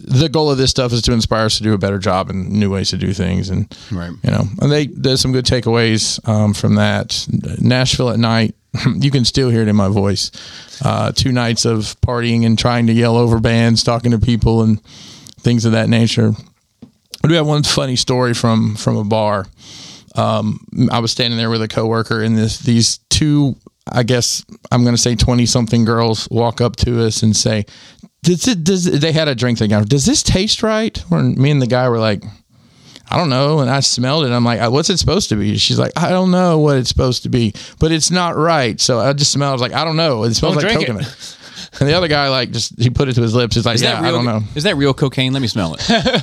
the goal of this stuff is to inspire us to do a better job and new ways to do things. And
Right.
you know, and they there's some good takeaways um, from that. Nashville at night, you can still hear it in my voice. Uh, two nights of partying and trying to yell over bands, talking to people, and things of that nature. I do have one funny story from from a bar. Um, I was standing there with a coworker, and this these two, I guess I'm going to say twenty something girls walk up to us and say, "Does it? Does it-" they had a drink thing? Does this taste right?" And me and the guy were like. I don't know. And I smelled it. I'm like, "Uh, what's it supposed to be? She's like, I don't know what it's supposed to be, but it's not right. So I just smelled. I was like, I don't know. It smells
Don't
like
drink it.
coconut. And the other guy, like, just he put it to his lips. He's like, yeah, I don't know.
Is that real cocaine? Let me smell it.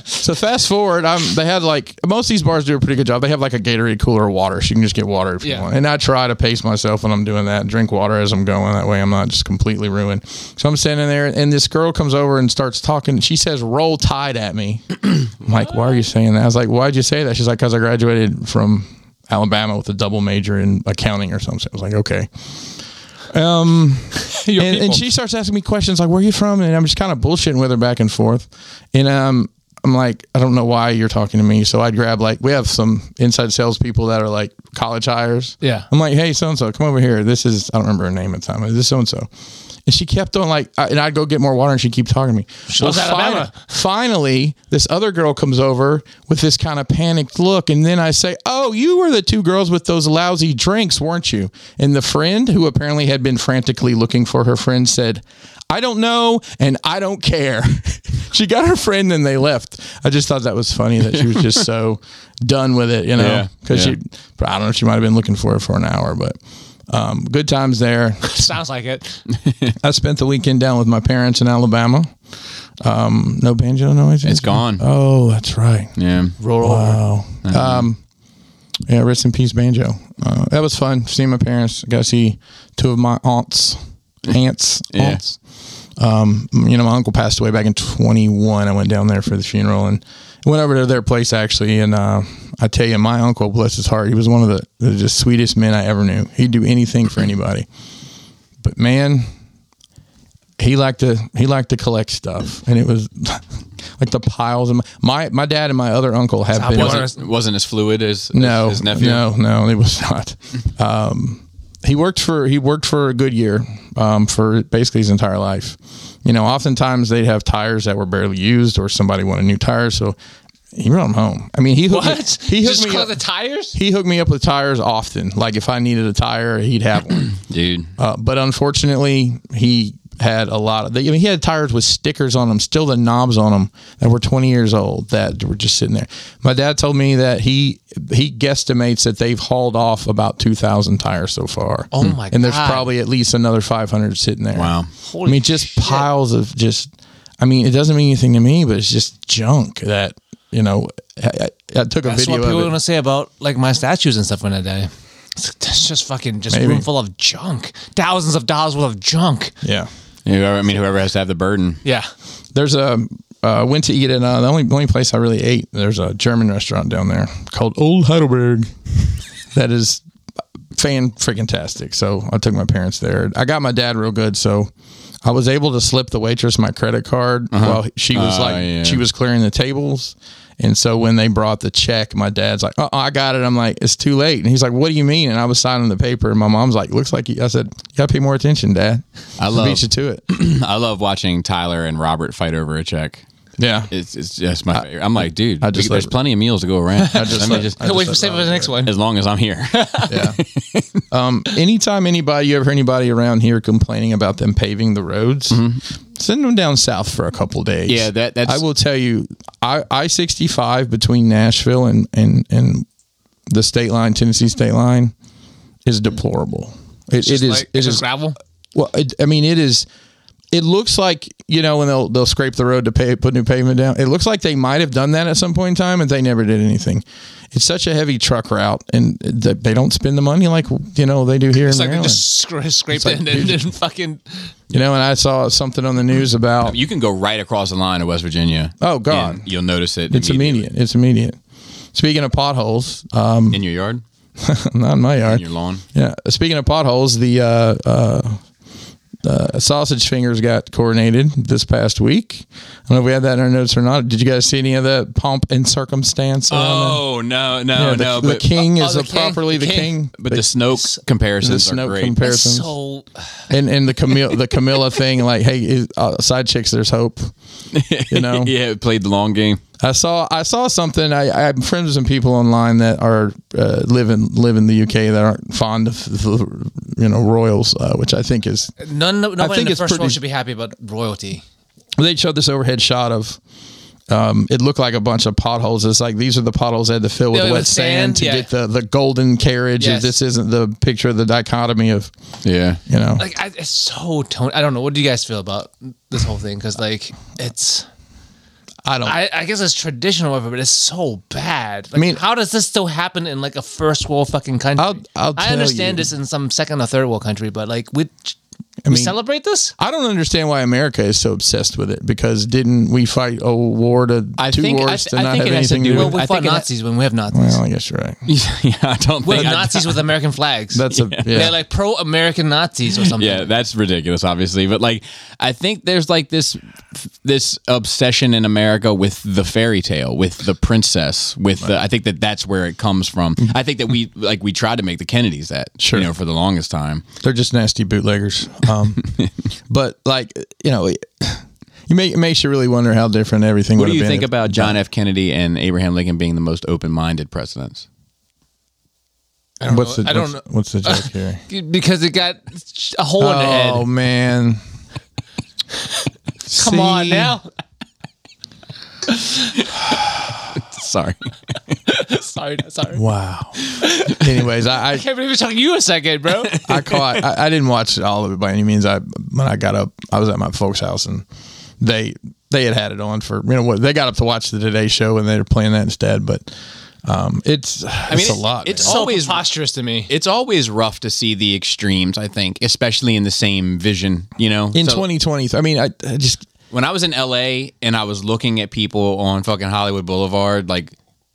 So fast forward, um, they had like most of these bars do a pretty good job. They have like a Gatorade cooler of water. So you can just get water if
Yeah.
you want. And I try to pace myself when I'm doing that and drink water as I'm going. That way I'm not just completely ruined. So I'm standing there and this girl comes over and starts talking. She says, roll tide at me. I'm like, why are you saying that? I was like, why'd you say that? She's like, because I graduated from Alabama with a double major in accounting or something. I was like, okay.
Your
and, and
people.
she starts asking me questions like, "Where are you from?" And I'm just kind of bullshitting with her back and forth. And um, I'm like, "I don't know why you're talking to me." So I'd grab like, we have some inside sales people that are like college hires.
Yeah.
I'm like, "Hey, so and so, come over here. This is I don't remember her name at the time. This is so and so." And she kept on like, I- and I'd go get more water, and she'd keep talking to me.
loves Alabama.
Finally, this other girl comes over with this kind of panicked look. And then I say, Oh, you were the two girls with those lousy drinks, weren't you? And the friend, who apparently had been frantically looking for her friend, said, I don't know and I don't care. she got her friend and they left. I just thought that was funny that she was just so done with it, you know?
Yeah,
Because
yeah.
she, I don't know, she might have been looking for it for an hour, but. Um, good times there.
sounds like it.
I spent the weekend down with my parents in Alabama. Um, no banjo noise.
It's gone.
Oh, that's right.
Yeah.
Roll over.
Wow.
Uh-huh.
Um, yeah, rest in peace, banjo. Uh, that was fun. Seeing my parents. Got to see two of my aunts, aunts,
Yeah.
aunts. Um, you know, my uncle passed away back in 21. I went down there for the funeral and went over to their place actually. And uh, I tell you, my uncle, bless his heart, he was one of the, the just sweetest men I ever knew. He'd do anything for anybody. But man, he liked to he liked to collect stuff, and it was like the piles of my my, my dad and my other uncle have been
Wasn't-
Wasn't, wasn't as fluid as
no,
as his nephew.
No, no, it was not. Um, he worked for he worked for a good year um, for basically his entire life. You know, oftentimes they'd have tires that were barely used, or somebody wanted new tires, so he brought them home. I mean, he hooked
What?
Me, he hooked
just
me
cause
up-
the tires?
he hooked me up with tires often. Like if I needed a tire, he'd have one.
dude.
Uh, but unfortunately, he had a lot of. I mean, he had tires with stickers on them, still the knobs on them that were 20 years old that were just sitting there. My dad told me that he he guesstimates that they've hauled off about 2,000 tires so far. Oh
my
And there's
God.
probably at least another 500 sitting there.
Wow.
I mean, just piles of just. I mean, it doesn't mean anything to me, but it's just junk that you know. I, I, I took a
That's
video
what people
of it.
want to say about like my statues and stuff in a day. It's that's just fucking just
Maybe.
room full of junk, thousands of dollars worth of junk.
yeah.
Whoever, I mean, whoever has to have the burden.
Yeah,
there's a uh, went to eat at uh, the only only place I really ate. There's a German restaurant down there called Old Heidelberg that is fan freaking tastic. So I took my parents there. I got my dad real good, so I was able to slip the waitress my credit card while she was
Ah,
like
yeah.
she was clearing the tables. And so when they brought the check, my dad's like, "Oh, I got it." I'm like, "It's too late." And he's like, "What do you mean?" And I was signing the paper, and my mom's like, "Looks like you." I said, "You gotta pay more attention, Dad."
I
beat
love,
you to it.
I love watching Tyler and Robert fight over a check.
Yeah,
It's it's just my favorite. I'm like, dude,
I just
we- there's
love-
plenty of meals to go around. I
just
just,
love- I just
wait,
let
save it for
Rob
the next one.
as long as I'm here.
Yeah. um, anytime anybody, you ever hear anybody around here complaining about them paving the roads, send them down south for a couple days.
Mm-hmm. Yeah, that- that's-
I will tell you, I I sixty five between Nashville and and and the state line, Tennessee state line, is deplorable. It, it is.
Like,
it
it's just
is.
gravel.
Well, it, I mean, it is. It looks like you know when they'll they'll scrape the road to pay, put new pavement down. It looks like they might have done that at some point in time, and they never did anything. It's such a heavy truck route, and th- they don't spend the money like you know they do here
It's
in
like they
Maryland.
just scra- scraped it and then then fucking.
you know, and I saw something on the news about
you can go right across the line to West Virginia.
Oh, God.
and you'll notice it.
it's immediate. It's immediate. Speaking of potholes, uh,
immediately. in your yard,
not in my yard.
in your lawn.
Yeah. Speaking of potholes, the uh, uh, uh, sausage fingers got coronated this past week. I don't know if we had that in our notes or not. Did you guys see any of that pomp and circumstance? around
Oh no, no,
that? Yeah, the,
no!
the
but uh,
king
oh,
is
the
a
king,
properly the
the
king,
king.
but the Snoke
the
comparisons are
Snoke
great.
comparisons
So
and and the Camille the Camilla thing. Like, hey, is, uh, side chicks, there's hope. You know,
yeah, it played the long game.
I saw I saw something. I, I'm friends with some people online that are uh, live in live in the UK that aren't fond of the you know royals, uh, which I think is
none, no,
I
nobody
think
in the
it's
first row
pretty-
should be happy about royalty.
they showed this overhead shot of um, it looked like a bunch of potholes. It's like these are the potholes they had to fill with
Yeah,
wet
with
sand,
sand,
to
yeah.
get the, the golden carriage.
Yes.
This isn't the picture of the dichotomy of
Yeah,
you know.
Like I, it's so tone. I don't know. What do you guys feel about this whole thing? Because like it's.
I don't.
I, I guess it's traditional, whatever, but it's so bad. Like, I
mean-
mean, how does this still happen in like a first world fucking country?
I'll- I'll
I
tell
understand
you.
this in some second or third world country, but like we, we
mean-
celebrate this.
I don't understand why America is so obsessed with it because didn't we fight a war to
I
two
think- I
wars
th-
to
I
not
think
have
it has to
anything
do
to do
with-
Well,
with?
we
I
fought
think it-
Nazis when we have Nazis.
Well, I guess you're right.
yeah. I don't
we
think
have
I-
Nazis with American flags.
That's a yeah.
They're like pro-American Nazis or something.
Yeah, that's ridiculous, obviously. But like, I think there's like this this obsession in America with the fairy tale, with the princess, with the. I think that that's where it comes from. I think that we like we tried to make the Kennedys that
Sure.
you know for the longest time.
They're just nasty bootleggers. Um, but like you know, it, you make it makes you really wonder how different everything
What do
would have
you
been.
think
if-
about John F. Kennedy and Abraham Lincoln being the most open minded presidents?
I don't
what's
know.
the
I don't
what's, what's the joke here?
know because it got a hole in the
Oh
head.
man.
Come on now.
Sorry,
sorry, sorry.
Wow. Anyways, I, I
Can't believe it took you a second, bro.
I caught. I, I didn't watch all of it by any means. I when I got up, I was at my folks' house and they they had had it on for you know what they got up to watch the Today Show and they were playing that instead. But um, it's it's a
it-
lot.
it's
man.
so
Always-
preposterous to me.
it's always rough to see the extremes. I think, especially in the same vision. You know,
in
So-
2020. I mean, I, I just
when I was in LA and I was looking at people on fucking Hollywood Boulevard, like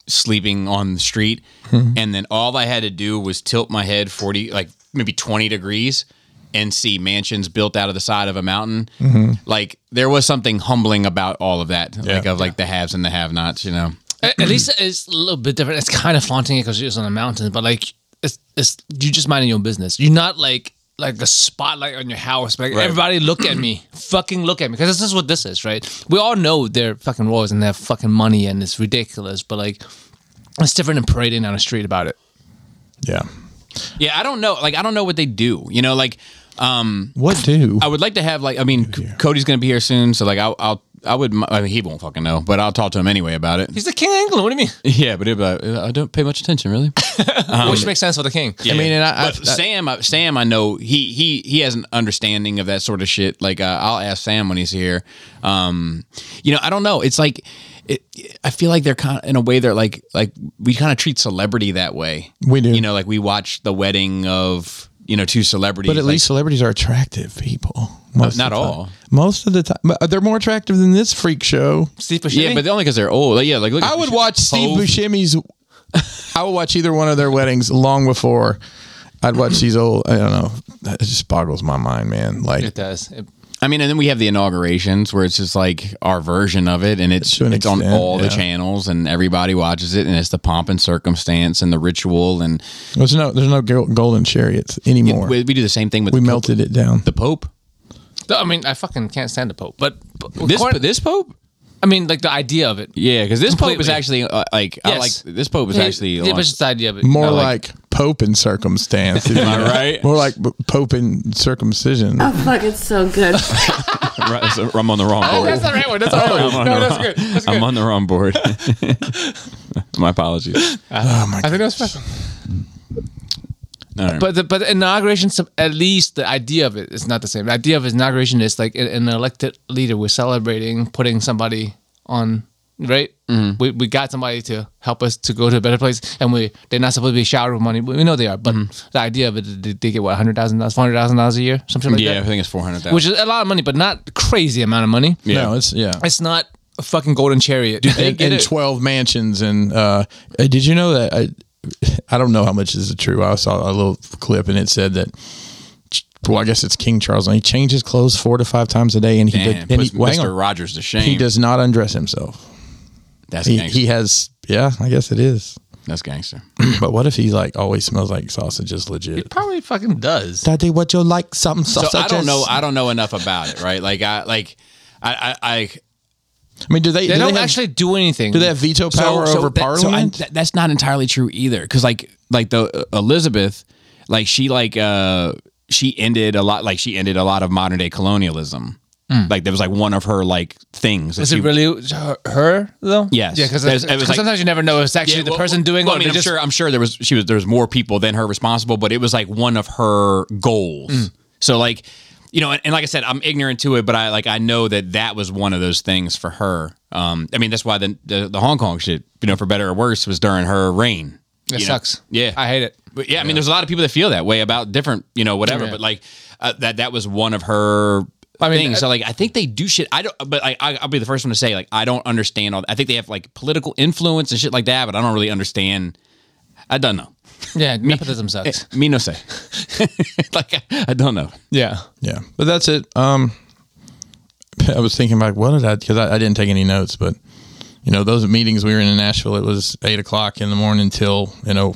sleeping on the street, and then all I had to do was tilt my head 40, like maybe 20 degrees and see mansions built out of the side of a mountain. Like there was something humbling about all of that, like of like the haves and the have nots, you know?
At at least it's a little bit different. It's kind of flaunting it because it's on a mountain, but like it's, it's you just minding your own business. You're not like like a spotlight on your house. Like everybody look at me, fucking look at me, because this is what this is, right? We all know they're fucking royals and they have fucking money and it's ridiculous, but like it's different than parading down the street about it.
Yeah.
Yeah, I don't know. Like, I don't know what they do. You know, like, um,
What do?
I would like to have like I mean, C- Cody's gonna be here soon, so like I'll, I'll I would I mean he won't fucking know, but I'll talk to him anyway about it.
He's the king of England. What do you mean?
Yeah, but it'd be like, I don't pay much attention really. Um,
Which makes sense for the king.
I mean, and I,
I-
but Sam, I, Sam, I know he he he has an understanding of that sort of shit. Like uh, I'll ask Sam when he's here. Um, you know, I don't know. It's like it, I feel like they're kind of in a way they're like like we kind of treat celebrity that way.
We do.
You know, like we watch the wedding of you know two celebrities.
But at
like,
least celebrities are attractive people. Most
not
of the time.
all.
Most of the time, but they're more attractive than this freak show.
Steve Buscemi.
yeah, but only because they're old. Like, yeah, like look at
I would
Buscemi.
watch Steve
Hove.
Buscemi's. I would watch either one of their weddings long before I'd watch these old. I don't know. It just boggles my mind, man.
it
Like
does. It-
I mean, and then we have the inaugurations where it's just like our version of it, and it's
To an
it's on
extent,
all
yeah.
the channels, and everybody watches it, and it's the pomp and circumstance and the ritual, and
there's no there's no gol- golden chariots anymore.
we, we do the same thing with
we
the
melted it down.
Pope. the Pope.
I mean, I fucking can't stand the Pope, but, but
This this Pope,
I mean, like the idea of it.
yeah, because this Pope is
Completely.
actually uh, like I like
Yes.
this Pope is actually
yeah, but just the idea of it.
More
No,
like, Pope and circumstance. if you
I
know.
right?
More like b- Pope and circumcision.
Oh, fuck, it's so good.
I'm on the wrong
Oh, that's
board.
the right one. That's the right one. No, that's good. That's good.
I'm on the wrong board. My apologies.
Oh my
I
god.
think that's special. But the, but the inauguration, some- at least the idea of it is not the same. The idea of inauguration is like an- an elected leader. We're celebrating putting somebody on, right? We, we got somebody to help us to go to a better place, and we they're not supposed to be showered with money. We know they are, but the idea of it, they, they get what hundred thousand dollars, four hundred thousand dollars a year, something like
yeah, I
that,
think it's four hundred
which
thousand.
is a lot of money, but not crazy amount of money.
Yeah.
No, it's yeah.
It's not a fucking golden chariot.
and,
get
and
it.
12 mansions and uh uh, did you know that I, I don't know how much this is true i saw a little clip and it said that well i guess it's king charles and he changed his clothes four to five times a day and he,
Damn,
did, and
puts
he, well, hang
Mr.
on.
Rogers to shame.
he does not undress himself
That's
he,
gangster.
he has yeah i guess it is
That's gangster.
but what if he like always smells like sausage is legit
probably fucking does.
daddy what you like something sausage
so I don't know. I don't know enough about it, right? Like I like I I, I
i mean do they,
They
do
don't
they have,
actually do anything.
do they have veto power over
that- so I-
parliament
that- that's not entirely true either, because like like the uh, Elizabeth, like she like uh she ended a lot like she ended a lot of modern day colonialism.
Hmm.
Like there was like one of her like things. that
Is
she-
it really her, her though?
Yes.
Yeah, because
There's- it was like-
sometimes you never know. It's actually
Yeah,
the
well,
person doing.
well, I
it, or
mean,
they
I'm
just-
sure. I'm sure there was. She was. There was more people than her responsible, but it was like one of her goals.
Mm.
So like, you know, and, and like I said, I'm ignorant to it, but I like I know that that was one of those things for her. Um, I mean, that's why the the, the Hong Kong shit, you know, for better or worse, was during her reign.
It
you know?
sucks.
Yeah,
I hate it.
But yeah, I mean, there's a lot of people that feel that way about different, you know, whatever.
Yeah.
But like uh, that, that was one of her. I
mean, uh,
mean, things.
I-
so like, I think they do shit. I don't, but like, I, I'll be the first one to say, like, I don't understand all. I think they have like political influence and shit like that, but I don't really understand. I don't know.
Yeah, nepotism sucks.
Me no say. like, I, I don't know.
Yeah.
Yeah, but that's it. Um, I was thinking like, what did I? Because I, I didn't take any notes, but you know, those meetings we were in in Nashville, it was eight o'clock in the morning till you know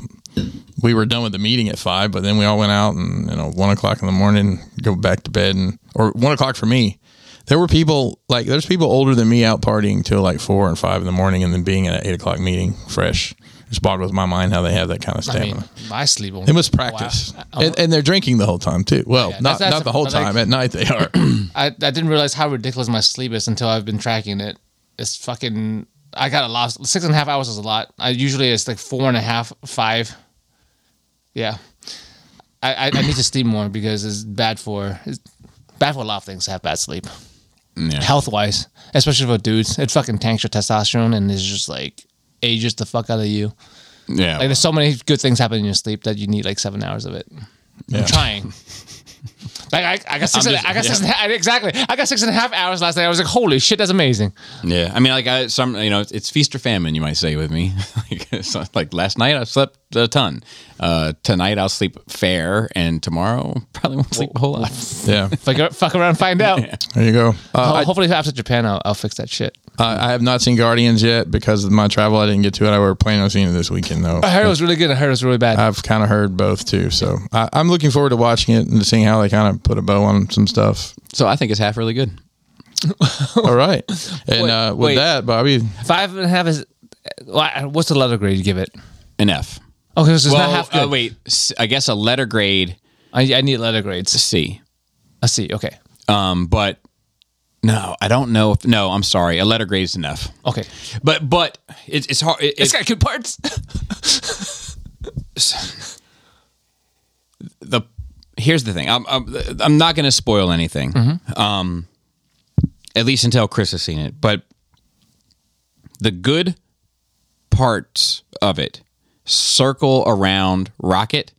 we were done with the meeting at five, but then we all went out and you know one o'clock in the morning go back to bed and or one o'clock for me. There were people like there's people older than me out partying till like four and five in the morning, and then being at an eight o'clock meeting fresh. Just boggles my mind how they have that kind of
I
stamina.
mean, I sleep. on-
It was practice,
Wow. Uh,
and, and they're drinking the whole time too. Well,
Yeah,
not
that's- that's
not the whole
something-
time. At night they are.
I, I didn't realize how ridiculous my sleep is until I've been tracking it. It's fucking. I got a lot. Six and a half hours is a lot. I usually it's like four and a half, five. Yeah. I, I, I need to sleep more because it's bad for it's bad for a lot of things to have bad sleep. Health wise, especially for dudes, it fucking tanks your testosterone and it's just like ages the fuck out of you.
Yeah.
Like there's so many good things happening in your sleep that you need like seven hours of it.
Yeah.
I'm trying. like I, I got six.
I'm
and-
just-
I got six.
yeah.
And a half, exactly. I got six and a half hours last night. I was like, holy shit, that's amazing.
Yeah, I mean, like I some you know it's, it's feast or famine, you might say with me. like, it's not- like last night I slept a ton. Uh, tonight I'll sleep fair, and tomorrow probably won't sleep a whole lot.
Yeah,
Fuck, ar- fuck around, and find out.
there you go. Uh,
Ho- Hopefully after Japan, I'll, I'll fix that shit.
Uh, I have not seen Guardians yet because of my travel. I didn't get to it. I were planning on seeing it this weekend though.
I heard it was really good. I heard it was really bad.
I've kind of heard both too, so I, I'm looking forward to watching it and seeing how they kind of put a bow on some stuff.
So I think it's half really good.
All right, and uh, with
wait.
that, Bobby,
Five and a half is. uh, why- What's the letter grade you give it?
An F.
Okay, so it's
Well,
not half good.
uh, wait. s- I guess a letter grade
I, I need letter grades.
C.
I see. Okay.
Um, but no, I don't know. If, no, I'm sorry. A letter grade's enough.
Okay.
But but it, it's hard. It,
It's got good parts.
the here's the thing. I'm I'm, I'm not going to spoil anything.
Mm-hmm.
Um, at least until Chris has seen it. But the good parts of it circle around Rocket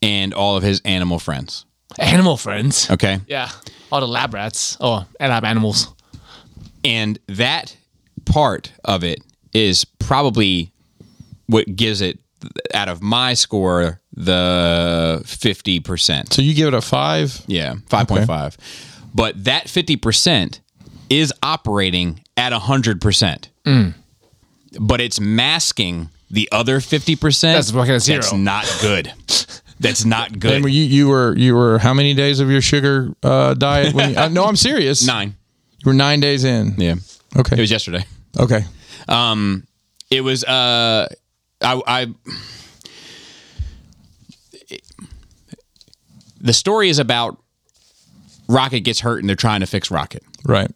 and all of his animal friends.
Animal friends.
Okay,
Yeah. All the lab rats. Oh, and lab animals.
and that part of it is probably what gives it out of my score the fifty percent.
so you give it a five.
Yeah, 5.5. But that 50% is operating at 100%. But it's masking the other 50%.
That's working at zero.
That's not good. that's not
And were
good.
you you were you were how many days of your sugar uh, diet? When you, uh, no, I'm serious.
Nine.
You were nine days in.
Yeah.
Okay.
It was yesterday.
okay.
It was, uh, I, I, the story is about Rocket gets hurt and they're trying to fix Rocket.
Right.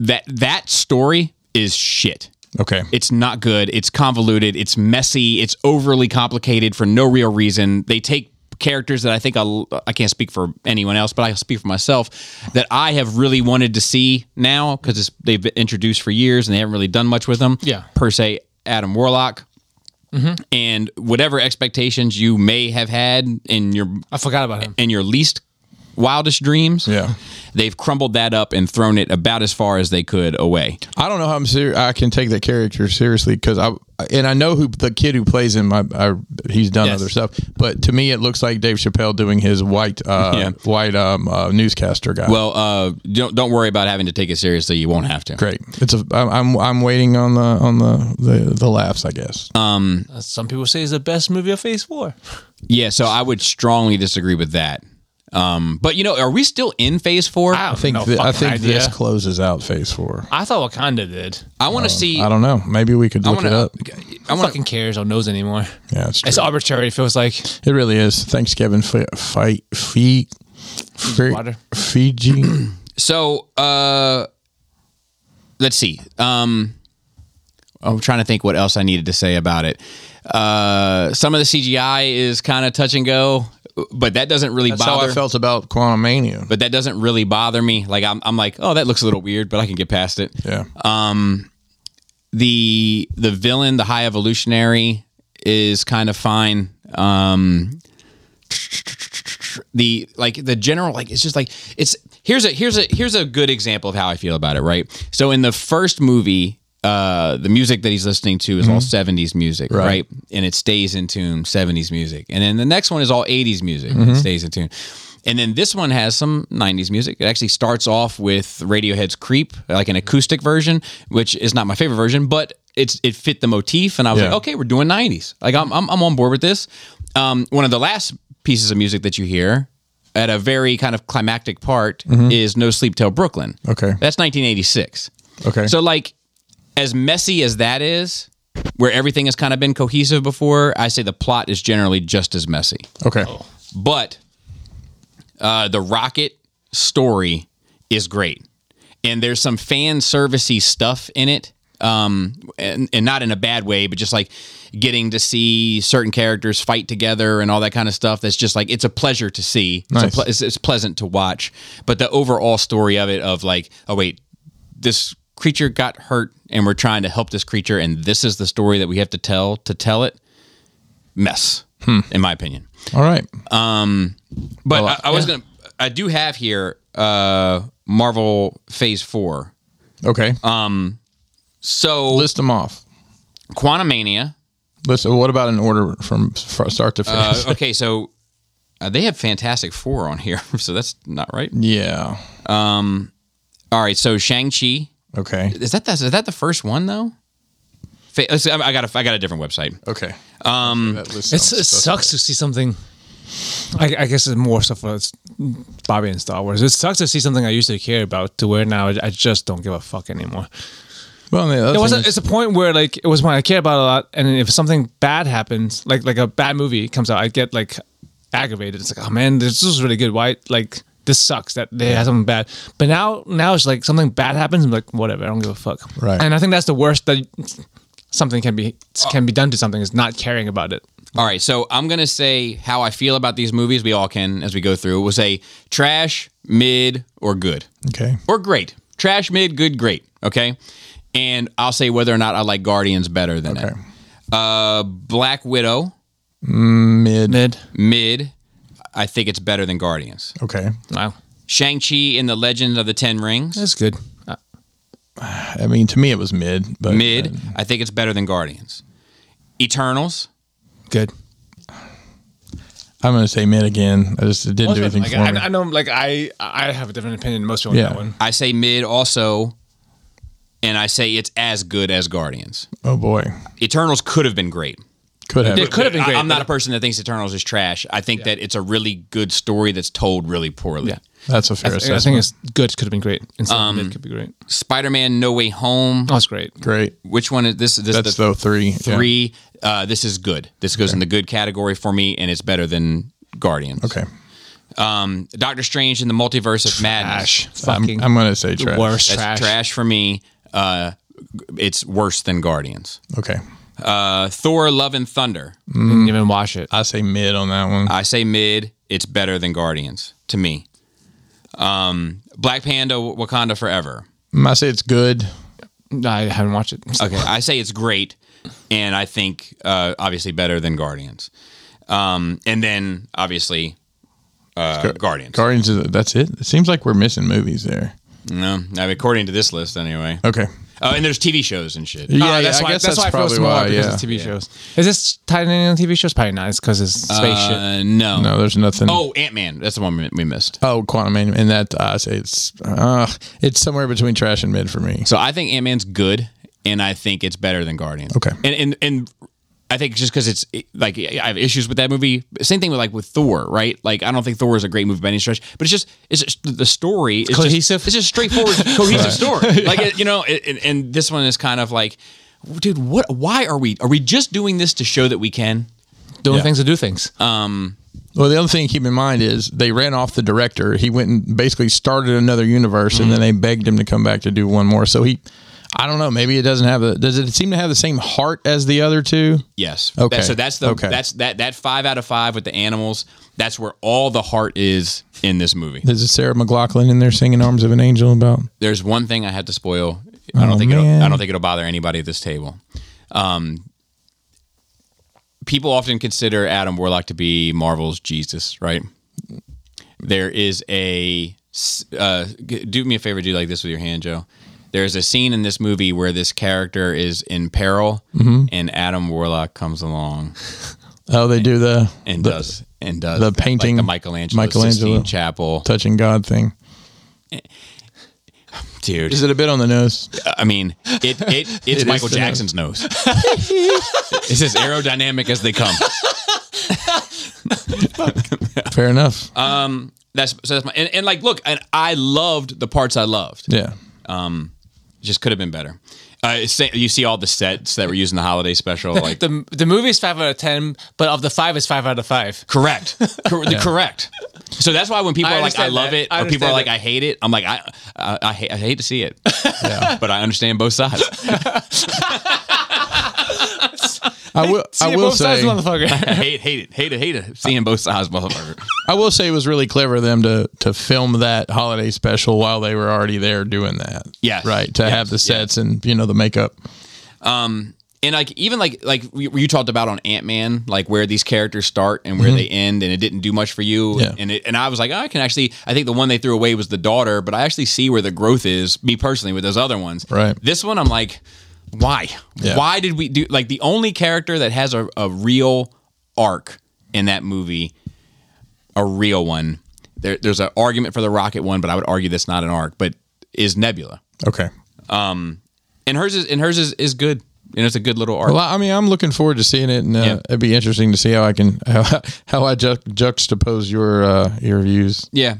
That, that story is shit.
Okay.
It's not good. It's convoluted. It's messy. It's overly complicated for no real reason. They take characters that I think I'll, I can't speak for anyone else, but I will speak for myself that I have really wanted to see now because they've been introduced for years and they haven't really done much with them.
Yeah.
Per se, Adam Warlock. And whatever expectations you may have had in your
I forgot about him.
in your least wildest dreams,
Yeah.
they've crumbled that up and thrown it about as far as they could away.
I don't know how I'm ser- I can take that character seriously because I and I know who the kid who plays him. I, I he's done
Yes.
other stuff, but to me it looks like Dave Chappelle doing his white uh,
Yeah.
white um, uh, newscaster guy.
Well, uh, don't don't worry about having to take it seriously. You won't have to.
great. It's a I'm I'm- I'm waiting on the on the the, the laughs. I guess
Uh, Some people say it's the best movie of Phase 4.
Yeah. So I would strongly disagree with that. Um, but you know, are we still in phase four?
I
I,
I think
no
thi- I
fucking
think this
idea.
closes out Phase Four.
I thought Wakanda did.
want to see.
I don't know. Maybe we could
I
look
want
it up.
to. I
Who
want to.
fucking cares or knows anymore?
Yeah, it's true.
It's arbitrary, it feels like.
It really is. Thanks, Kevin. F- fight, fee, fee,
Water.
Fiji.
So uh, let's see. Um, I'm trying to think what else I needed to say about it. Uh, some of the CGI is kind of touch and go, but that doesn't really
That's how
bother. Uh,
I felt about Quantum Mania.
But that doesn't really bother me. Like I'm, I'm like, oh, that looks a little weird, but I can get past it.
Yeah.
the the villain, the high evolutionary, is kind of fine. Um, the like the general like it's just like it's here's a here's a here's a good example of how I feel about it. Right. So in the first movie, uh, the music that he's listening to is all '70s music, right. And it stays in tune '70s music, and then the next one is all '80s music, and it stays in tune. And then this one has some 90s music. It actually starts off with Radiohead's Creep, like an acoustic version, which is not my favorite version, but it's it fit the motif and I was
Yeah.
like, "Okay, we're doing 90s." Like I'm I'm, I'm on board with this. Um, one of the last pieces of music that you hear at a very kind of climactic part is No Sleep Till Brooklyn.
Mm-hmm. Okay.
That's 1986.
Okay.
So like as messy as that is, where everything has kind of been cohesive before, I say the plot is generally just as messy.
okay.
But uh, the rocket story is great, and there's some fan servicey stuff in it, um, and, and not in a bad way, but just like getting to see certain characters fight together and all that kind of stuff. That's just like it's a pleasure to see. It's, a
Nice.
ple- it's, it's pleasant to watch, but the overall story of it of like, oh wait, this creature got hurt, and we're trying to help this creature, and this is the story that we have to tell to tell it. Mess, in my opinion.
All right.
But I, I was gonna. I do have here uh Marvel Phase Four.
Okay.
Uh,
So
List them off.
Quantumania.
List. What about an order from fr- start to finish?
Uh, okay, so uh, they have Fantastic Four on here, so that's not right.
yeah.
All right, so Shang Chi.
Okay.
Is that the, is that the first one though? Fa- let's- I I got a I got a different website.
Okay.
Um,
That list
It's,
sounds
it
sus-
sucks to see something. I, I guess it's more stuff for it's Bobby and Star Wars. It sucks to see something I used to care about to where now I, I just don't give a fuck anymore.
Well, and the other
It was
thing
a, it's a point where like it was when I cared about it a lot, and if something bad happens, like like a bad movie comes out, I get like aggravated. It's like oh man, this is really good. Why like this sucks that they had something bad. But now now it's like something bad happens. I'm like whatever, I don't give a fuck.
Right.
And I think that's the worst that something can be can be done to something is not caring about it.
all right, so I'm gonna say how I feel about these movies. We all can as we go through. We'll say trash, mid, or good.
okay.
or great. Trash, mid, good, great. Okay. And I'll say whether or not I like Guardians better than it. Uh, Black Widow,
Mid.
Mid.
mid. I think it's better than Guardians.
Okay.
Wow.
Shang-Chi in the Legend of the Ten Rings,
That's good. Uh,
I mean, to me, it was mid. But uh,
mid. I think it's better than Guardians. Eternals,
good.
I'm going to say mid again. I just it didn't do anything
Like,
for
I,
me.
I know, like I, I have a different opinion than most people on
Yeah.
that one.
I say mid also, and I say it's as good as Guardians.
oh boy,
Eternals could have been great.
could have.
It could have been
I-
great.
I'm not a person that thinks Eternals is trash. I think that it's a really good story that's told really poorly.
Yeah.
That's a fair
I,
assessment.
think it's good. Could have been great. Instead, of mid could be great.
Spider-Man: No Way Home.
Oh, it's great.
great.
Which one is this? This
That's
is the
though three. Yeah.
three. Uh, this is good. This goes in the good category for me, and it's better than Guardians.
Okay.
Um, Doctor Strange in the Multiverse of Madness.
Ash.
I'm,
Fucking
I'm going to say trash.
worst
That's trash.
trash.
for me. Uh, it's worse than Guardians.
Okay.
Uh, Thor: Love and Thunder.
Didn't even watch it.
I say mid on that one.
I say mid. It's better than Guardians to me. Um, Black Panda: Wakanda Forever.
Uh,
Mm, I say it's good.
I haven't watched it.
Okay, I say it's great, and I think uh, obviously better than Guardians. Um, and then obviously uh, Guardians.
Guardians. Is, that's it. It seems like we're missing movies there.
no, I mean, according to this list anyway.
Okay.
Oh, and there's TV shows and shit. Uh,
Yeah,
that's
I
why.
guess
that's, why I feel
probably
smaller
why.
because
Yeah.
it's TV shows. Is this tied in on TV shows? Probably not. It's because it's space shit.
Uh, no.
No, there's nothing.
Oh, Ant Man. That's the one we- we missed.
Oh, Quantum Man, and that I say it's uh, it's somewhere between trash and mid for me.
So I think Ant Man's good, and I think it's better than Guardians.
Okay.
And and and I think just because it's like I have issues with that movie. Same thing with like with Thor, right? Like I don't think Thor is a great movie by any stretch, but it's just it's just, the story is
Cohesive?
Just, it's just straightforward, cohesive story. Like it, you know, it, and, and this one is kind of like, dude, what? Why are we? Are we just doing this to show that we can?
Doing
Yeah.
things to do things.
Well, the other thing to keep in mind is they ran off the director. He went and basically started another universe, and then they begged him to come back to do one more. So he, I don't know, maybe it doesn't have the. Does it seem to have the same heart as the other two?
Yes.
Okay.
That- so that's the
Okay.
that's that that five out of five with the animals. That's where all the heart is in this movie.
There's a Sarah McLaughlin in there singing "Arms of an Angel" about.
there's one thing I had to spoil. I don't
Oh,
think it'll, I
man.
don't think it'll bother anybody at this table. Um, people often consider Adam Warlock to be Marvel's Jesus, right? There is a s- uh, g- do me a favor, do like this with your hand, Joe. There's a scene in this movie where this character is in peril,
Mm-hmm.
and Adam Warlock comes along
Oh, they do the
and
the
does and does
the
like
painting-
the Michelangelo,
Michelangelo.
Sistine Chapel,
touching God thing.
dude.
Is it a bit on the nose?
I mean, it it it's
is
Michael
the-
Jackson's nose. it's as aerodynamic as they come.
Fair enough.
That's so that's my and, and like look, and I loved the parts I loved.
yeah.
Just could have been better. Uh, sa- you see all the sets that were used in the holiday special, like
the the movie is five out of ten, but of the five, it's five out of five.
correct, Cor- the correct. So that's why when people
I
are like, "I
understand
love
that.
it,"
I
or people are
understand
like,
that.
"I hate it," I'm like, "I I, I, hate, I hate to see it," but I understand both sides.
I will. I will
both
say.
sides, motherfucker.
I hate hate it, hate it, hate it. Seeing both sides, motherfucker.
I will say it was really clever of them to to film that holiday special while they were already there doing that.
Yes.
Right. To
Yes.
have the sets and you know the makeup.
and like even like like we- you talked about on Ant Man, like where these characters start and where they end, and it didn't do much for you.
Mm-hmm. Yeah.
And it, and I was like, "Oh, I can actually, I think the one they threw away was the daughter, but I actually see where the growth is. Me personally, with those other ones,
Right.
This one, I'm like, why?
Yeah.
Why did we do like the only character that has a, a real arc in that movie, a real one? There, there's an argument for the rocket one, but I would argue that's not an arc. But is Nebula?
Okay.
Um, and hers is and hers is, is good. And it's a good little art.
Well, I mean, I'm looking forward to seeing it, and uh,
Yeah.
it'd be interesting to see how I can how, how I ju- juxtapose your uh, your views.
Yeah.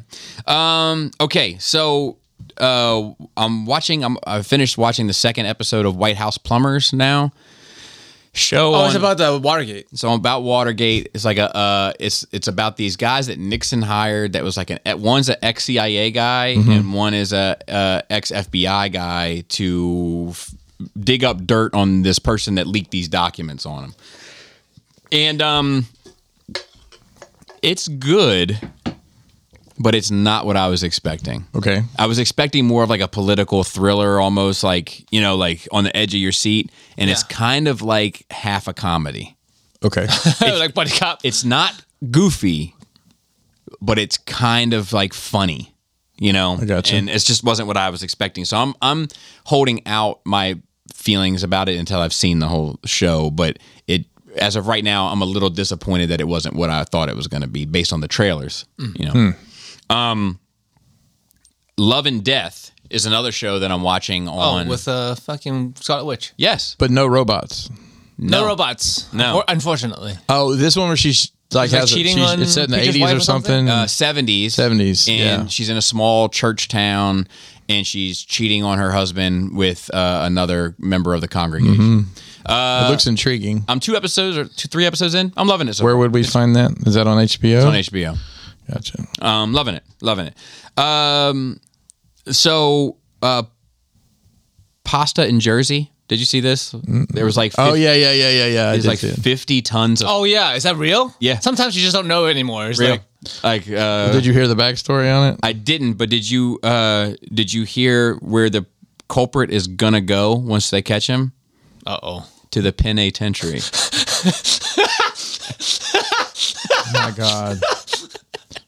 Um, okay. So uh, I'm watching. I'm, I finished watching the second episode of White House Plumbers now. Show.
Oh,
on,
it's about the Watergate.
so about Watergate. It's like a. Uh, it's it's about these guys that Nixon hired. That was like an one's an ex CIA guy and one is a, uh ex FBI guy to f- dig up dirt on this person that leaked these documents on him. And um, it's good, but it's not what I was expecting.
Okay,
I was expecting more of like a political thriller, almost like you know, like on the edge of your seat, and it's
Yeah.
kind of like half a comedy.
okay,
like Buddy Cop.
It's not goofy, but it's kind of like funny, you know. I
gotcha.
And it just wasn't what I was expecting, so I'm I'm holding out my feelings about it until I've seen the whole show. But it, as of right now, I'm a little disappointed that it wasn't what I thought it was going to be based on the trailers, you know. Um, Love and Death is another show that I'm watching on.
Oh, with uh, fucking Scarlet Witch.
yes,
but no robots.
No, robots.
No.
Or- unfortunately.
Oh, this one where she's like
like,
has a-
cheating
she's-
on
it's set in the
Preacher's
80s
Wife
or
or something?
something.
Uh,
Uh,
seventies,
70s,
and
yeah.
she's in a small church town, and she's cheating on her husband with uh, another member of the congregation.
Mm-hmm. it looks intriguing.
I'm two episodes or two, three episodes in. I'm loving it. So
Where
far.
would we find that? Is that on HBO?
on HBO?
Gotcha.
Um, loving it, loving it. Um, so uh, pasta in Jersey. Did you see this? There was like 50,
Oh yeah, yeah, yeah, yeah, yeah. I
there's
did
like
see it.
fifty tons of
Oh, yeah. Is that real?
Yeah.
Sometimes you just don't know anymore. It's
real.
like,
Like, uh,
Did you hear the backstory on it?
I didn't, but did you uh did you hear where the culprit is gonna go once they catch him?
uh oh.
To the penitentiary.
my god.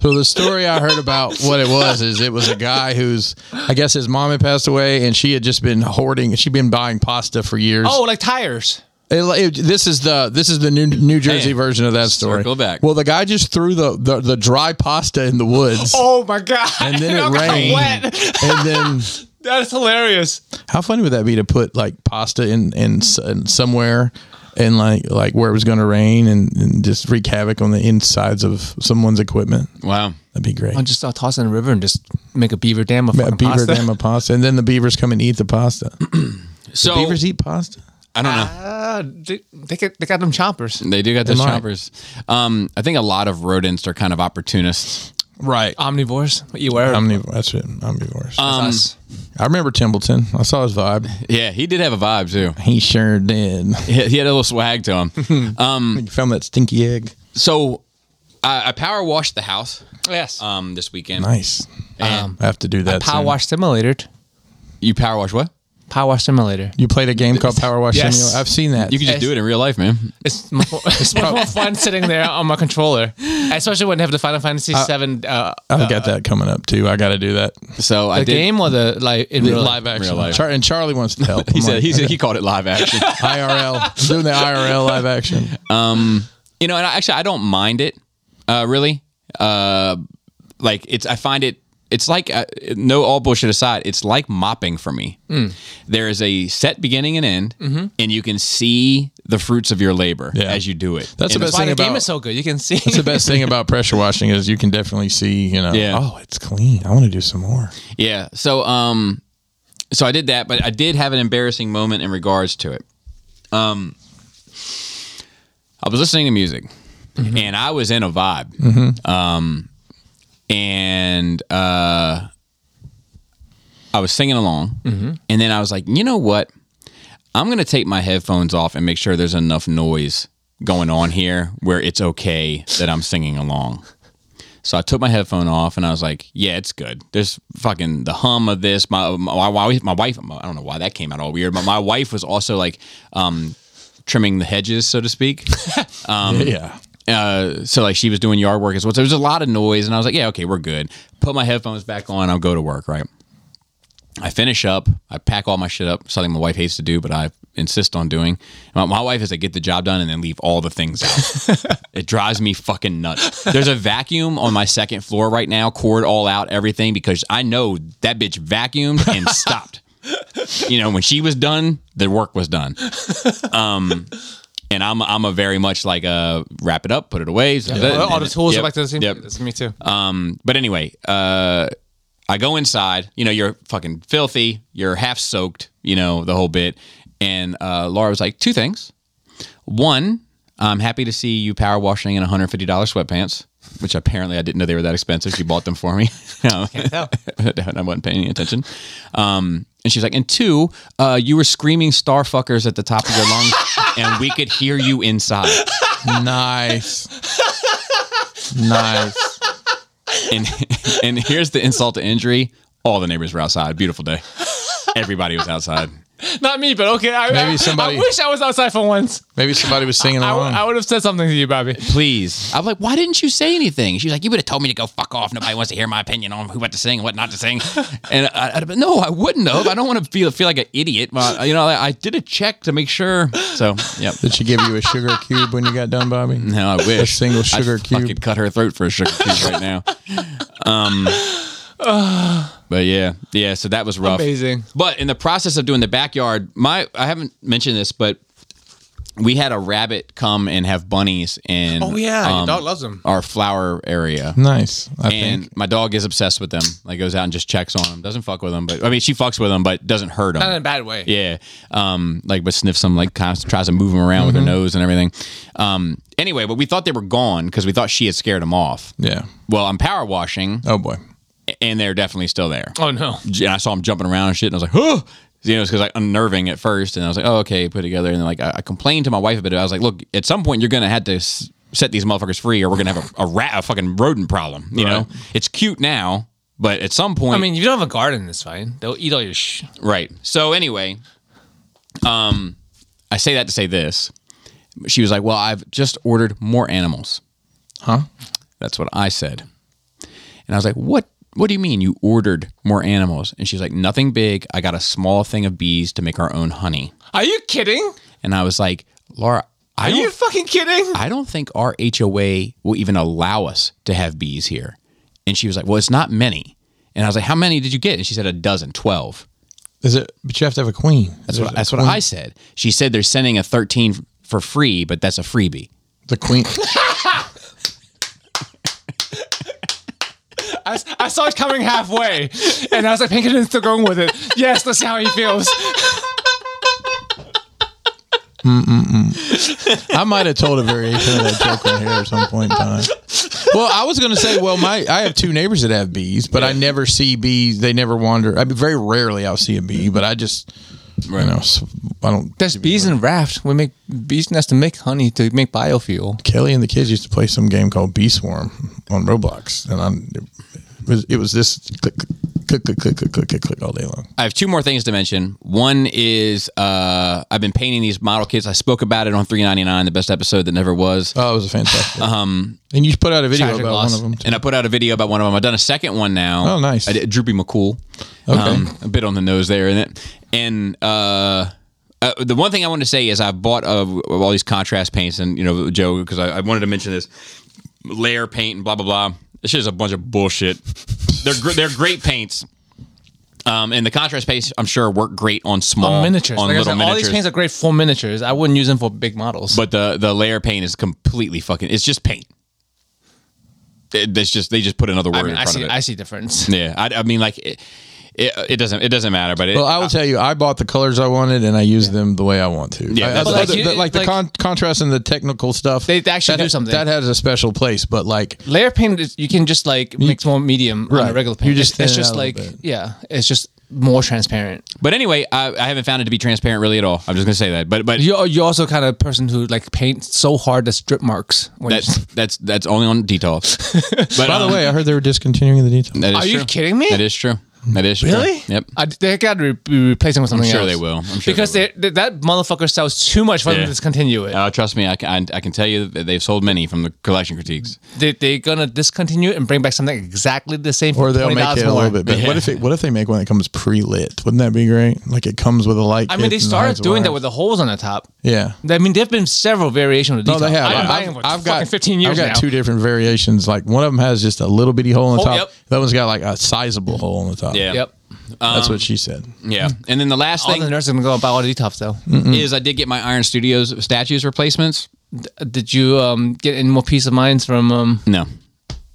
So the story I heard about what it was is it was a guy who's I guess his mom had passed away and she had just been hoarding she'd been buying pasta for years.
Oh, like tires.
It- it- this is the this is the new New Jersey
Hey,
version of that story.
circle back.
Well, the guy just threw the the, the dry pasta in the woods
Oh, my God.
and then
got
it rained.
wet.
And then
That's hilarious.
how funny would that be to put like pasta in in, s- in somewhere and like like where it was going to rain and, and just wreak havoc on the insides of someone's equipment?
Wow.
That'd be great.
I'll just uh, toss it in the river and just make a beaver dam of
A
fucking
beaver
pasta.
dam of pasta, and then the beavers come and eat the pasta.
So
beavers eat pasta.
I don't know.
Uh, they, they, got, they got them choppers.
They do got those
Am I-
choppers. Um, I think a lot of rodents are kind of opportunists.
Right.
Omnivores. You wear
Omnivore. That's it. Omnivores.
us.
I remember Templeton. I saw his vibe.
Yeah, he did have a vibe too.
He sure did.
He he had a little swag to him.
You found that stinky egg.
so I, I power washed the house
Yes.
um this weekend.
Nice.
And
I have to do that.
Power
soon.
wash simulator.
You power wash what?
Power wash simulator.
You played a game called Power Wash
Yes.
Simulator. I've seen that.
You can just
Yes.
do it in real life, man.
It's much more, it's much more fun sitting there on my controller, especially when they have the Final Fantasy VII uh,
I've got that coming up too. I got to do that.
So I
the
did
game or the like in real life.
Live action.
life.
Char- and Charlie wants to help.
He said, he said he called it live action.
IRL. I'm doing the IRL live action.
you know, and I, actually, I don't mind it, uh, really. Uh, like it's, I find it, it's like uh, no all bullshit aside, it's like mopping for me.
Hmm.
There is a set beginning and end, and you can see the fruits of your labor
Mm-hmm. Yeah.
as you do it.
That's
and
the
it's
best
Why
thing
the
about
Oh, game is so good, you can see.
That's the best thing about pressure washing is you can definitely see. You know.
Yeah.
Oh, it's clean. I want to do some more.
Yeah. So um so I did that, but I did have an embarrassing moment in regards to it. Um I was listening to music and I was in a vibe. Um and uh I was singing along and then I was like, "You know what? I'm going to take my headphones off and make sure there's enough noise going on here where it's okay that I'm singing along." So I took my headphone off and I was like, "Yeah, it's good." There's fucking the hum of this. My my, my, my wife. I don't know why that came out all weird, but my wife was also like um, trimming the hedges, so to speak. Um,
yeah.
uh, so like she was doing yard work as well. So there was a lot of noise, and I was like, "Yeah, okay, we're good." Put my headphones back on. I'll go to work. Right. I finish up. I pack all my shit up. Something my wife hates to do, but I insist on doing. My, my wife is like, get the job done and then leave all the things out. it drives me fucking nuts. There's a vacuum on my second floor right now, cord all out, everything, because I know that bitch vacuumed and stopped. you know, when she was done, the work was done. Um, and I'm I'm a very much like a wrap it up, put it away. so that-
All the tools
Yep,
are like the same.
yep.
That's me too.
Um, but anyway, uh, I go inside. You know, you're fucking filthy. You're half soaked. You know the whole bit. And uh, Laura was like, two things. One, I'm happy to see you power washing in $150 sweatpants, which apparently I didn't know they were that expensive. She bought them for me. Can't
tell.
I wasn't paying any attention. Um, and she's like, and two, uh, you were screaming star fuckers at the top of your lungs, and we could hear you inside.
nice. nice.
and and here's the insult to injury: all the neighbors were outside. Beautiful day. Everybody was outside.
Not me, but okay. I,
Maybe
I-
somebody-
I wish I was outside for once.
Maybe somebody was singing
I, w-
along.
I would have said something to you, Bobby.
Please, I'm like, why didn't you say anything? She was like, you would have told me to go fuck off. Nobody wants to hear my opinion on who what to sing, and what not to sing. And I, I'd have been, no, I wouldn't have. I don't want to feel feel like an idiot. Well, you know, I, I did a check to make sure. So, yep.
Did she give you a sugar cube when you got done, Bobby?
No, I wish
A single sugar
I'd
cube.
Fucking cut her throat for a sugar cube right now. Um, but yeah, yeah. So that was rough.
Amazing.
But in the process of doing the backyard, my I haven't mentioned this, but we had a rabbit come and have bunnies in. um,
Oh, yeah, your dog loves 'em.
Our flower area.
Nice. I
And
think.
my dog is obsessed with them. Like goes out and just checks on them. Doesn't fuck with them, but I mean she fucks with them, but doesn't hurt them.
Not in a bad way.
Yeah. Um, like, but sniffs them, like, kind of tries to move them around with her nose and everything. Um, anyway, but we thought they were gone because we thought she had scared them off.
Yeah.
Well, I'm power washing
Oh boy.
and they're definitely still there.
Oh no.
And I saw them jumping around and shit. And I was like, oh, you know, it's because like unnerving at first. And I was like, oh, okay, put it together. And then, like, I, I complained to my wife a bit. I was like, look, at some point, you're going to have to s- set these motherfuckers free or we're going to have a, a rat, a fucking rodent problem. You know, it's cute now, but at some point,
I mean, if you don't have a garden, it's fine. They'll eat all your sh.
Right. So anyway, um, I say that to say this. She was like, "Well, I've just ordered more animals." Huh? That's what I said. And I was like, "What? What do you mean you ordered more animals?" And she's like, "Nothing big. I got a small thing of bees to make our own honey."
Are you kidding?
And I was like, "Laura, I
Are
don't,
you fucking kidding?
I don't think our HOA will even allow us to have bees here." And she was like, "Well, it's not many." And I was like, "How many did you get?" And she said, "A dozen, 12.
Is it? But you have to have a queen.
That's what, that's what I said. She said they're sending a 13 f- for free, but that's a freebie.
The queen.
I, I saw it coming halfway, and I was like, Pinkerton's still going with it. Yes, that's how he feels.
I might have told a variation of that joke on here at some point in time. Well, I was going to say, well, my I have two neighbors that have bees, but I never see bees. They never wander. I mean, very rarely I'll see a bee, but I just, you know, s- I don't.
There's bees in raft. We make bees nest to make honey to make biofuel.
Kelly and the kids used to play some game called Bee Swarm on Roblox, and I'm, it was it was this click click click click click click click, click all day long.
I have two more things to mention. One is uh, I've been painting these model kits. I spoke about it on 399, the best episode that never was.
Oh, it was a fantastic. Um, and you put out a video
Tragic
about
loss.
one of them. Too.
And I put out a video about one of them. I've done a second one now.
Oh, nice.
I did Droopy McCool. Um,
Okay.
a bit on the nose there, isn't it? And uh, uh, the one thing I want to say is I bought uh, all these contrast paints, and you know, Joe, because I, I wanted to mention this layer paint and blah blah blah. This shit is a bunch of bullshit. they're gr- they're great paints. Um, and the contrast paints, I'm sure, work great on small
miniatures.
on
like I
little
said,
miniatures.
all these paints are great for miniatures. I wouldn't use them for big models.
But the the layer paint is completely fucking. It's just paint. It, it's just they just put another word
I mean,
in
I
front
see.
of it.
I see difference.
Yeah, I, I mean, like it, it, it doesn't it doesn't matter, but it,
Well, I will tell you, I bought the colors I wanted, and I use them the way I want to.
Yeah,
I- I-
that's-
the-
Like
the-
you-
the- like the
like-
con- contrast and the technical stuff.
They actually
that,
do something.
that has a special place. But like,
Layer paint, is, you can just like mix more medium on
Right.
a regular paint.
You just
it's,
thin it
just
out a
like
little bit.
yeah, it's just more transparent.
but anyway, I, I haven't found it to be transparent really at all. I'm just gonna say that, but but
You're you're also kind of person who like paints so hard that strip marks. When you-
that's that's that's only on details. But um,
by the way, I heard they were discontinuing the detail.
that is
Are you
true.
kidding me?
That is true. That is true.
Really?
Yep.
I, they got to be replacing with something
sure
else.
they will. I'm sure
because
they will.
they that motherfucker sells too much for
Yeah.
them to discontinue it.
Uh, trust me, I can, I, I can tell you that they've sold many from the collection critiques.
they, they're gonna discontinue it and bring back something exactly the same for
Or they'll
twenty
make it
dollars
a
more.
little bit better. What if it, what if they make one that comes pre lit? Wouldn't that be great? Like it comes with a light.
I mean,
kit
they
and
started
hides
doing that
wires.
with the holes on the top.
Yeah.
I mean, there have been several variations of the
No, they
detail.
have.
I've been
I've,
buying them for
I've got
fucking fifteen years
I've got
now.
two different variations. Like one of them has just a little bitty hole on the
Oh,
top.
yep.
That one's got like a sizable hole on the top.
Yeah.
Yep.
That's
Um,
what she said.
Yeah. And then the last
All the
thing
nerds are gonna go buy all the tough though.
is I did get my Iron Studios statues replacements.
Mm.
Did you um, get any more peace of minds from um,
No.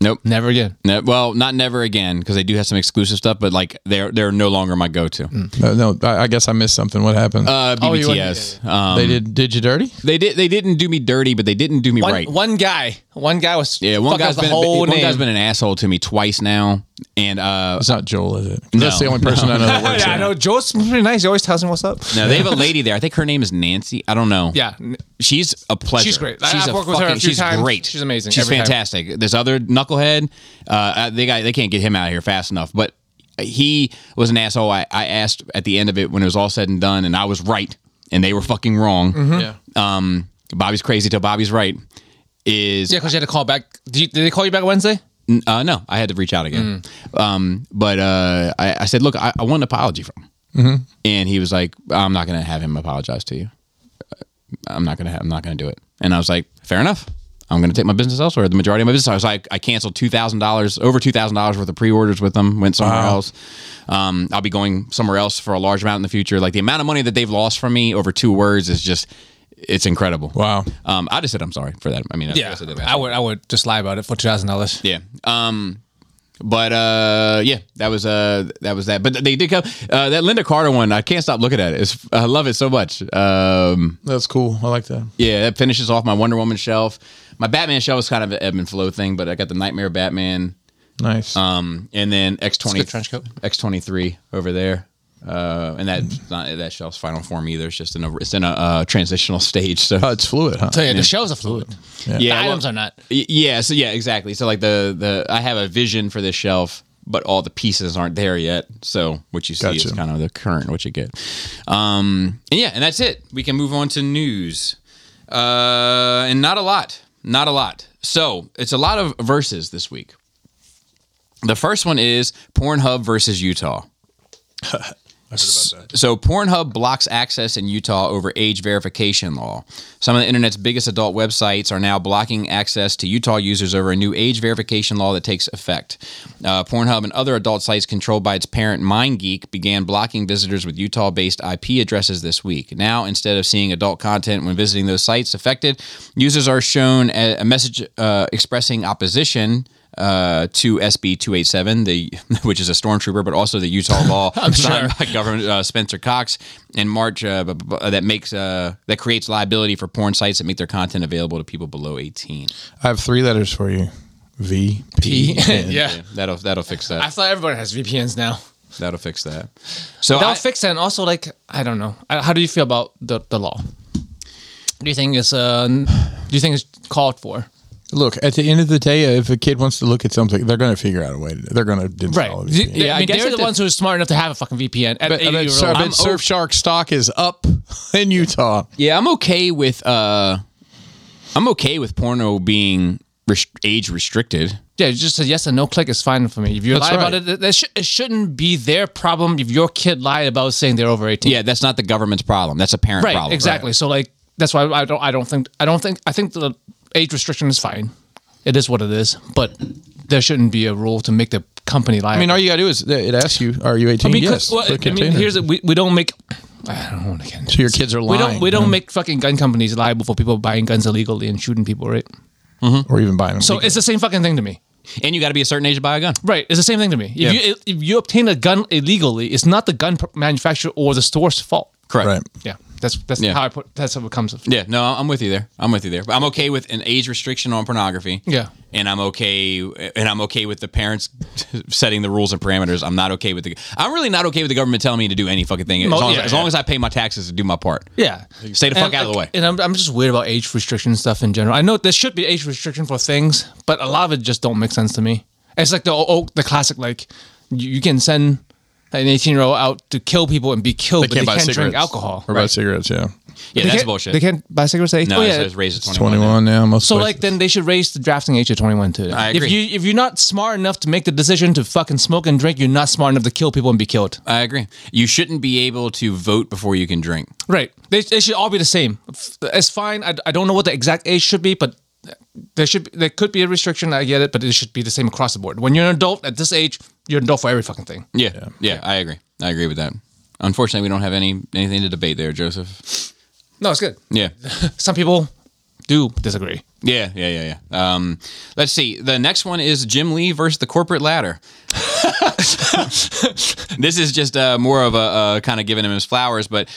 Nope.
Never Again?
No, well, not never again because they do have some exclusive stuff, but like they're they're no longer my go-to.
No, no I, I guess I missed something. What happened?
Uh,
Mm. Oh, you-
BBTS. Um,
they did. Did you dirty?
they did. They didn't do me dirty, but they didn't do me
One,
right.
one guy, one guy was
yeah, one
fuck
guy's
up the
been
whole
one
name.
guy's been an asshole to me twice now, and uh,
It's not Joel, is it? That's the only person I know that works
yeah, I
there.
know. Joe's pretty nice. He always tells me what's up.
no, they have a lady there. I think her name is Nancy. I don't know.
Yeah.
She's a pleasure.
She's great. I-
She's
I've
a
worked with her a
fucking-
few
she's
times.
great.
She's amazing
She's
every time.
fantastic. This other knucklehead, uh, uh, they got they can't get him out of here fast enough. But he was an asshole. I, I asked at the end of it when it was all said and done, and I was right, and they were fucking wrong.
Mm-hmm.
Yeah.
Um, Bobby's crazy till Bobby's right. Is
Yeah, because you had to call back. Did, you, did they call you back Wednesday?
N- Uh, no, I had to reach out again. Um, but uh, I, I said, look, I, I want an apology from him. And he was like, I'm not going to have him apologize to you. Uh, I'm not going to. I'm not going to do it. And I was like, fair enough. I'm going to take my business elsewhere. The majority of my business. I was like, I canceled two thousand dollars, over two thousand dollars worth of pre-orders with them. Went somewhere else. Um, I'll be going somewhere else for a large amount in the future. Like the amount of money that they've lost from me over two words is just, it's incredible.
Wow.
Um, I just said I'm sorry for that. I mean, I guess I did that.
I would. I would just lie about it for two thousand dollars.
Yeah. Um but uh yeah, that was uh that was that. But they did come uh that Linda Carter one, I can't stop looking at it. It's, I love it so much. Um
That's cool. I like that.
yeah, that finishes off my Wonder Woman shelf. My Batman shelf is kind of an ebb and flow thing, but I got the Nightmare Batman
Nice.
um and then
It's a
X20
good trench coat.
X23 over there. Uh, and that's not that shelf's final form either. It's just in a it's in a uh, transitional stage. So
oh, it's fluid, huh?
So yeah, the shows are fluid.
Yeah.
Yeah,
the
well-
items are not.
Y- Yeah, so yeah, exactly. So like the the I have a vision for this shelf, but all the pieces aren't there yet. So what you see
Gotcha.
is kind of the current what you get. Um and yeah, and that's it. We can move on to news. Uh and not a lot. Not a lot. So, it's a lot of verses this week. The first one is Pornhub versus Utah. So Pornhub blocks access in Utah over age verification law. Some of the internet's biggest adult websites are now blocking access to Utah users over a new age verification law that takes effect. Uh, Pornhub and other adult sites controlled by its parent MindGeek began blocking visitors with Utah-based IP addresses this week. Now, instead of seeing adult content when visiting those sites affected, users are shown a, a message uh, expressing opposition uh, to SB 287, the which is a stormtrooper, but also the Utah law signed by Governor uh, Spencer Cox in March uh, b- b- that makes uh, that creates liability for porn sites that make their content available to people below 18.
I have three letters for you. V P. N.
yeah.
uh, That'll that'll fix
I
that.
thought everybody has VPNs now.
That'll fix that. So
That'll
I-
fix that. And also, like, I don't know. I- How do you feel about the, the law? Do you think it's uh, n- do you think it's called for?
Look, at the end of the day, if a kid wants to look at something, they're going to figure out a way. To, they're going to install
Do
it.
you-
Yeah,
I
I
mean,
guess
they're
it
the
def-
ones who's smart enough to have a fucking VPN at
But I
80
bet,
year
so I
old.
bet Surfshark stock is up in Utah.
yeah, I'm okay with uh, I'm okay with porno being rest- age restricted.
Yeah, just a yes and no click is fine for me. If you
That's
lie about
right.
it, that- that sh- it shouldn't be their problem if your kid lied about saying they're over 18.
Yeah, that's not the government's problem. That's a parent
right,
problem.
exactly. So like that's why I don't I don't think I don't think I think the age restriction is fine. It is what it is, but there shouldn't be a rule to make the company lie.
I mean, all you got to do is it asks you, "Are you 18?"
I mean, 'cause-
yes.
well,
Click
I mean
continue.
here's the- we, we don't make I don't want to get into
so your kids are
we
lying.
don't we don't make fucking gun companies liable for people buying guns illegally and shooting people, right?
or even buying them.
So it's the same fucking thing to me.
And you got to be a certain age to buy a gun.
Right, it's the same thing to me. If you if you obtain a gun illegally, it's not the gun pr- manufacturer or the store's fault.
Correct.
right.
Yeah, that's that's
Yeah.
how I put that's how it comes.
Yeah, no, I'm with you there. I'm with you there. But I'm okay with an age restriction on pornography.
Yeah.
and I'm okay, and I'm okay with the parents setting the rules and parameters. I'm not okay with the. I'm really not okay with the government telling me to do any fucking thing as,
Mo-
long, as,
yeah,
as,
yeah.
long as I pay my taxes and do my part.
Yeah.
Stay the fuck
And,
out of the
like,
way.
And I'm, I'm just weird about age restriction stuff in general. I know there should be age restriction for things, but a lot of it just don't make sense to me. It's like the old, the classic like you, you can send an 18 year old out to kill people and be killed, but they can't drink alcohol.
or buy cigarettes. Yeah,
Yeah,
They
that's
can't-
bullshit.
They can't buy cigarettes. At 18.
No,
Oh,
it's,
yeah.
it's raised to 21.
21 now. Most
So
places.
like then they should raise the drafting age to 21 too.
I
If
agree.
you if you're not smart enough to make the decision to fucking smoke and drink, you're not smart enough to kill people and be killed.
I agree. You shouldn't be able to vote before you can drink.
Right. They, they should all be the same. F- It's fine. I, I don't know what the exact age should be, but there should be, there could be a restriction. I get it, but it should be the same across the board. When you're an adult at this age, you're no for every fucking thing.
Yeah, yeah, I agree. I agree with that. Unfortunately, we don't have any anything to debate there, Joseph.
No, it's good.
Yeah,
Some people do disagree.
yeah, yeah, yeah, yeah. Um, let's see. The next one is Jim Lee versus the corporate ladder. this is just uh, more of a uh, kind of giving him his flowers, but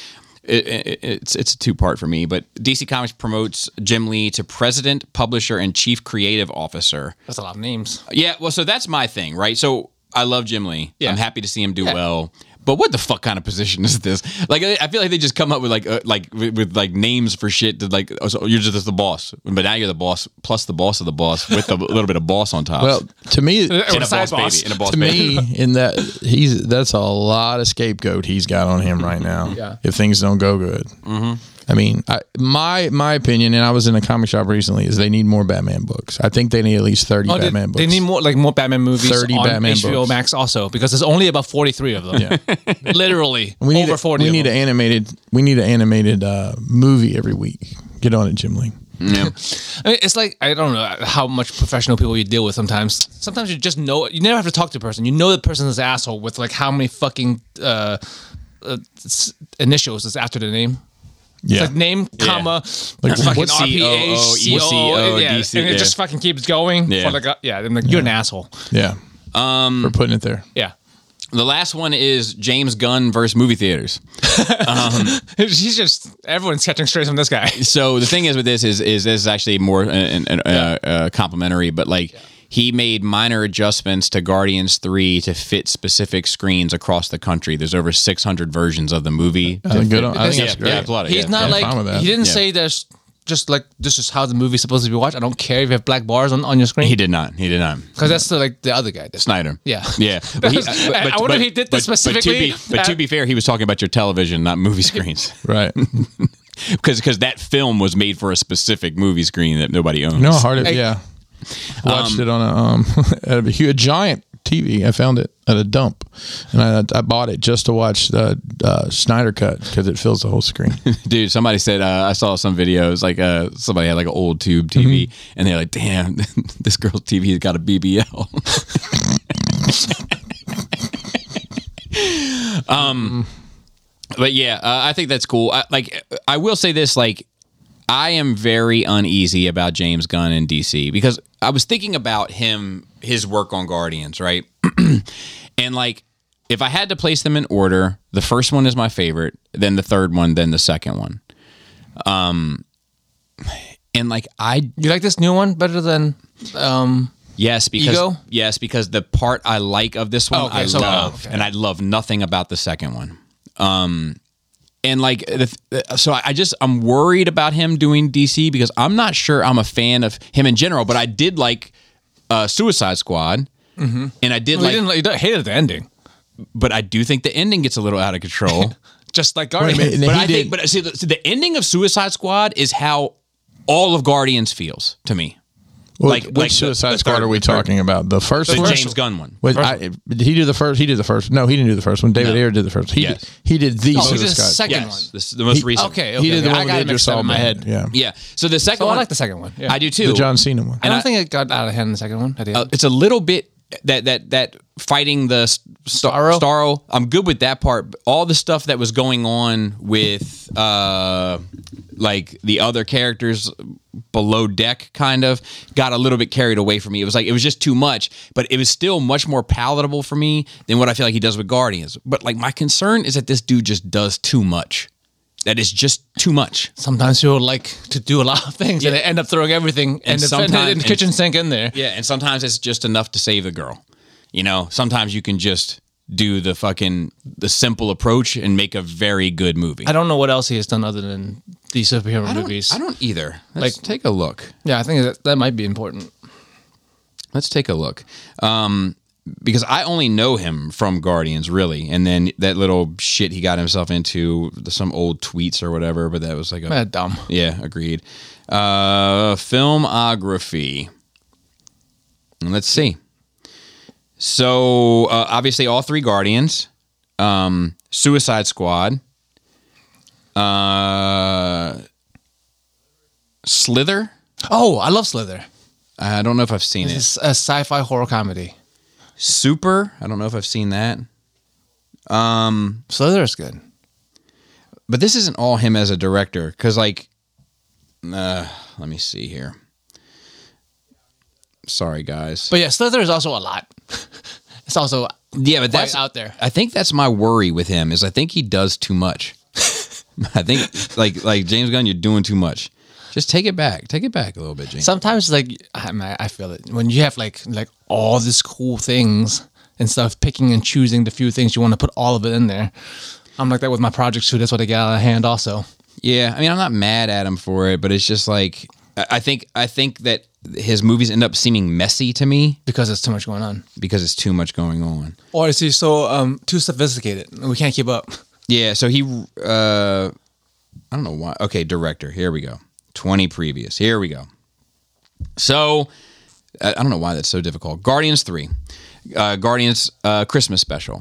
it, it, it's it's a two part for me. But DC Comics promotes Jim Lee to president, publisher, and chief creative officer.
That's a lot of names.
Yeah, well, so that's my thing, right? So I love Jim Lee.
Yeah.
I'm happy to see him do well. But what the fuck kind of position is this? Like, I I feel like they just come up with like, uh, like with, with like names for shit. To like, oh, so you're just the boss, but now you're the boss plus the boss of the boss with a little bit of boss on top.
Well, to me,
and a boss,
side boss.
baby, and a boss
to
baby.
me, in that he's that's a lot of scapegoat he's got on him right now.
Yeah.
If things don't go good, mm-hmm. I mean, I, my my opinion, and I was in a comic shop recently, is they need more Batman books. I think they need at least thirty
Oh, they,
Batman books.
they need more like more Batman movies
30
on
Batman
HBO
books.
Max also because there's only about 43 of them. Literally
we need
over
a,
40.
We
of
need
them.
an animated. We need an animated uh, movie every week. Get on it, Jim Lee.
I mean, it's like I don't know how much professional people you deal with sometimes. Sometimes you just know you never have to talk to a person. You know the person is an asshole with like how many fucking uh, uh, s- initials is after the name.
Yeah.
It's like name, comma,
Like,
fucking
what's
RPA,
COO,
CO, E, yeah,
DC,
and it
yeah.
just fucking keeps going.
Yeah.
for like a- yeah, I'm like you're an asshole.
yeah. Um, We're putting it there.
Yeah,
The last one is James Gunn versus movie theaters.
he's just everyone's catching strays from this guy.
so the thing is with this is is this is actually more an, an, uh, uh, complimentary, but like he made minor adjustments to Guardians Three to fit specific screens across the country. There's over 600 versions of the movie.
Uh-huh.
I think, good on, I think
yeah,
that's
yeah,
great.
it's a lot of-
He's
yeah,
not
yeah.
fine with
like
that.
he didn't
Yeah.
say there's just like this is how the movie's supposed to be watched. I don't care if you have black bars on, on your screen.
He did not. He did not.
Because that's the, like the other guy. That's
Snyder.
Yeah.
Yeah. But he-
I wonder if he did this specifically.
But to, be, but to be fair, he was talking about your television, not movie screens,
Right. You
because that film was made for a specific movie screen that nobody owns.
know how hard it. Yeah. Watched it on a um at a huge giant TV. I found it at a dump, and I, I bought it just to watch the uh, Snyder cut because it fills the whole screen.
Dude, somebody said uh, I saw some videos like uh, somebody had like an old tube TV, and they're like, "Damn, this girl's TV has got a BBL." um, Um, but yeah, uh, I think that's cool. I, like, I will say this: like, I am very uneasy about James Gunn and DC because I was thinking about him, his work on Guardians, right? And like, if I had to place them in order, the first one is my favorite, then the third one, then the second one. Um, and like I
you like this new one better than um
yes because
Ego?
yes because the part I like of this one
Oh, okay,
I
so-
love,
oh, okay.
and I love nothing about the second one. Um, and like the, th- uh, so I I just I'm worried about him doing DC because I'm not sure I'm a fan of him in general, but I did like uh, Suicide Squad. And I did
well,
like,
Mm-hmm. you didn't like, you don't- hated the ending.
but I do think the ending gets a little out of control.
Just like
a
Guardians.
minute,
but
He
I think,
did-
but see, the, see, the ending of Suicide Squad is how all of Guardians feels to me. Like-
Like, which
like the-
Suicide
the
Squad
third-
are we
the third-
talking about? The first
The
one.
James Gunn one.
Wait, I, did he do the first? He did the first. No, he didn't do the first one. David
No.
Ayer did the first. He
Yes. Oh,
did, he did the
he
Suicide
did the
Squad.
second
Yes,
one.
this is the most recent.
Okay, okay.
he did the
okay. I
one
got
with
it mixed
Idris
up in my
Elba.
head.
Yeah.
Yeah. So the second
Oh, I
one,
like the second one. Yeah.
I do too.
The John Cena one.
I don't think it got out of hand in the second one. I did.
Uh, it's a little bit that that that fighting the Starro. Starro. I'm good with that part. but All the stuff that was going on with uh like the other characters below deck kind of got a little bit carried away from me. It was like it was just too much, but it was still much more palatable for me than what I feel like he does with Guardians. But like my concern is that this dude just does too much. That is just too much.
sometimes people like to do a lot of things and they end up throwing everything and, the, and,
sometime-
the
and-
kitchen sink in there.
Yeah, and sometimes it's just enough to save the girl. You know, sometimes you can just do the fucking the simple approach and make a very good movie.
I don't know what else he has done other than these superhero
I don't-
movies.
I don't either. Let's
Like-
take a look.
yeah, I think that, that might be important.
Let's take a look. Um because I only know him from Guardians, really, and then that little shit he got himself into, the- some old tweets or whatever. But that was like a
Eh, dumb.
Yeah, agreed. Uh, filmography. Let's see. So uh, obviously, all three Guardians, um, Suicide Squad, uh, Slither.
Oh, I love Slither.
I don't know if I've seen it.
It's a sci-fi horror comedy.
Super. I don't know if I've seen that.
Slither is good.
but this isn't all him as a director because like uh let me see here sorry guys
But yeah, Slither is also a lot. it's also
yeah but
that's out there.
i think that's my worry with him is i think he does too much i think like like james gunn you're doing too much just take it back take it back a little bit james
Sometimes like I, mean, I feel it when you have like like all these cool things and stuff, picking and choosing the few things you want to put all of it in there. I'm like that with my projects too. That's what I got out of hand also.
yeah i mean i'm not mad at him for it but it's just like i I think i think that his movies end up seeming messy to me
Because there's too much going on.
because it's too much going on
Or is he Oh, so um too sophisticated? We can't keep up.
Yeah, so he uh I don't know why. Okay, director. Here we go. 20 previous. Here we go. So I I don't know why that's so difficult. Guardians 3. Uh Guardians uh Christmas special.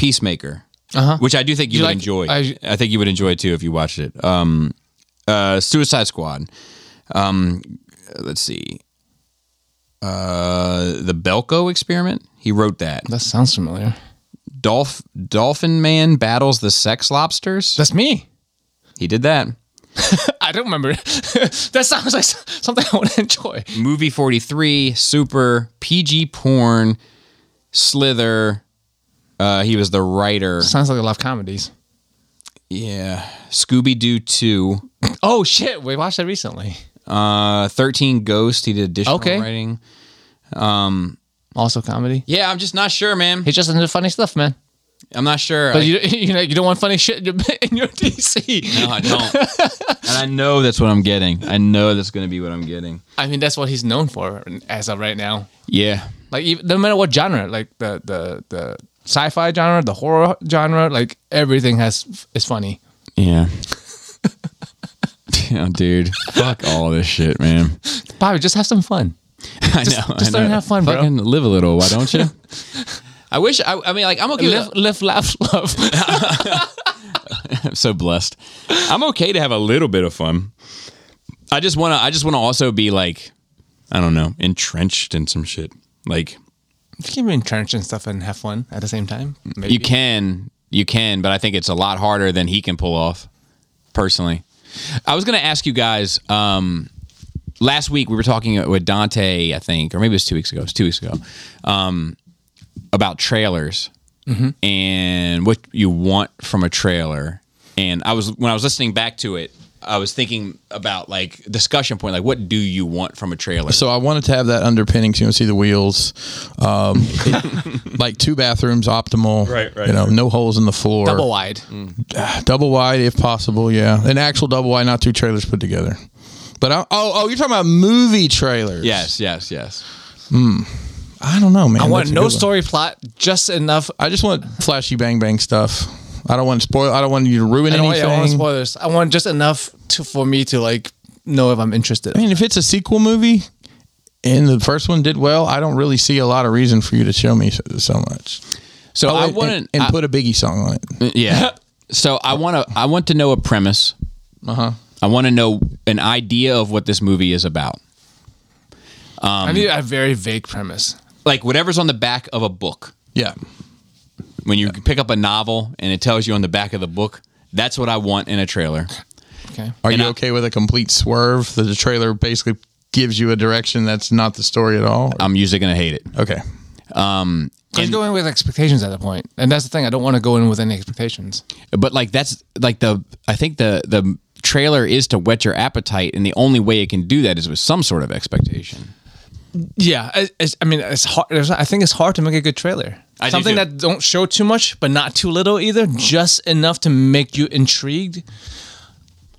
Peacemaker.
Uh-huh.
Which I do think you,
You
would
like-
enjoy. I,
I-
think you would enjoy too if you watched it. Um uh Suicide Squad. Um let's see. Uh the Belko experiment. He wrote that.
That sounds familiar.
Dolph Dolphin Man battles the sex lobsters.
That's me.
He did that.
I don't remember. that sounds like something I want to enjoy.
Movie 43, Super, PG Porn, Slither. Uh, he was the writer.
Sounds like a lot of comedies.
Yeah. Scooby Doo 2.
Oh shit, we watched that recently.
Uh, 13 Ghost. He did additional
Okay.
writing.
Also comedy.
Yeah, I'm just not sure, man.
He's just into funny stuff, man.
I'm not sure. I,
But you, you know, you don't want funny shit in your, in your DC.
no, I don't. and I know that's what I'm getting. I know that's going to be what I'm getting.
I mean, that's what he's known for as of right now.
Yeah.
Like, even, no matter what genre, like the the the sci-fi genre, the horror genre, like everything has is funny.
Yeah. Yeah, dude. Fuck all this shit, man.
Bobby, just have some fun.
I know.
just
I know.
learn to have fun, bro.
Fucking live a little, why don't you? I wish. I, I mean, like, I'm okay.
Live,
with-
live, laugh, love.
I'm so blessed. I'm okay to have a little bit of fun. I just wanna. I just wanna also be like, I don't know, entrenched in some shit. Like
you can be entrenched and stuff and have fun at the same time. Maybe.
you can, you can, but I think it's a lot harder than he can pull off. Personally, I was gonna ask you guys. Um, last week we were talking with Dante, I think, or maybe it was two weeks ago. It was two weeks ago. Um, about trailers
Mm-hmm.
and what you want from a trailer. And I was when I was listening back to it, I was thinking about like discussion point, like what do you want from a trailer?
So I wanted to have that underpinning so you can see the wheels, um, it- like two bathrooms, optimal.
Right, right,
You know, no holes in the floor.
double wide.
double wide if possible. Yeah, an actual double wide, not two trailers put together. But I, oh, oh, you're talking about movie trailers?
yes, yes, yes.
I don't know, man.
I want
That's a
no
good one.
story plot, just enough.
I just want flashy bang bang stuff. I don't want spoil. I don't want you to ruin
I don't want, yeah, I
anything.
don't want spoilers. I want just enough to, for me to like know if I'm interested.
I mean, if it's a sequel movie and the first one did well, I don't really see a lot of reason for you to show me so, so much.
So
Oh,
I
and-
wouldn't.
and,
I- Mm.
put a Biggie song on it.
yeah. So I want to. I want to know a premise.
Uh
Uh-huh.
huh.
I want to know an idea of what this movie is about.
I need a very vague premise.
Like whatever's on the back of a book.
Yeah.
When you pick up a novel and it tells you on the back of the book, that's what I want in a trailer.
Okay.
Are
And
you
I-
okay with a complete swerve? The, the trailer basically gives you a direction that's not the story at all.
I'm usually going to hate it.
Okay.
Because go in with expectations at the point, and that's the thing. I don't want to go in with any expectations.
But like that's like the I think the the trailer is to whet your appetite and the only way it can do that is with some sort of expectation.
Yeah, I, it's- I mean, it's hard. there's- I think it's hard to make a good trailer.
I do
Something
too.
that don't show too much, but not too little either. Just enough to make you intrigued,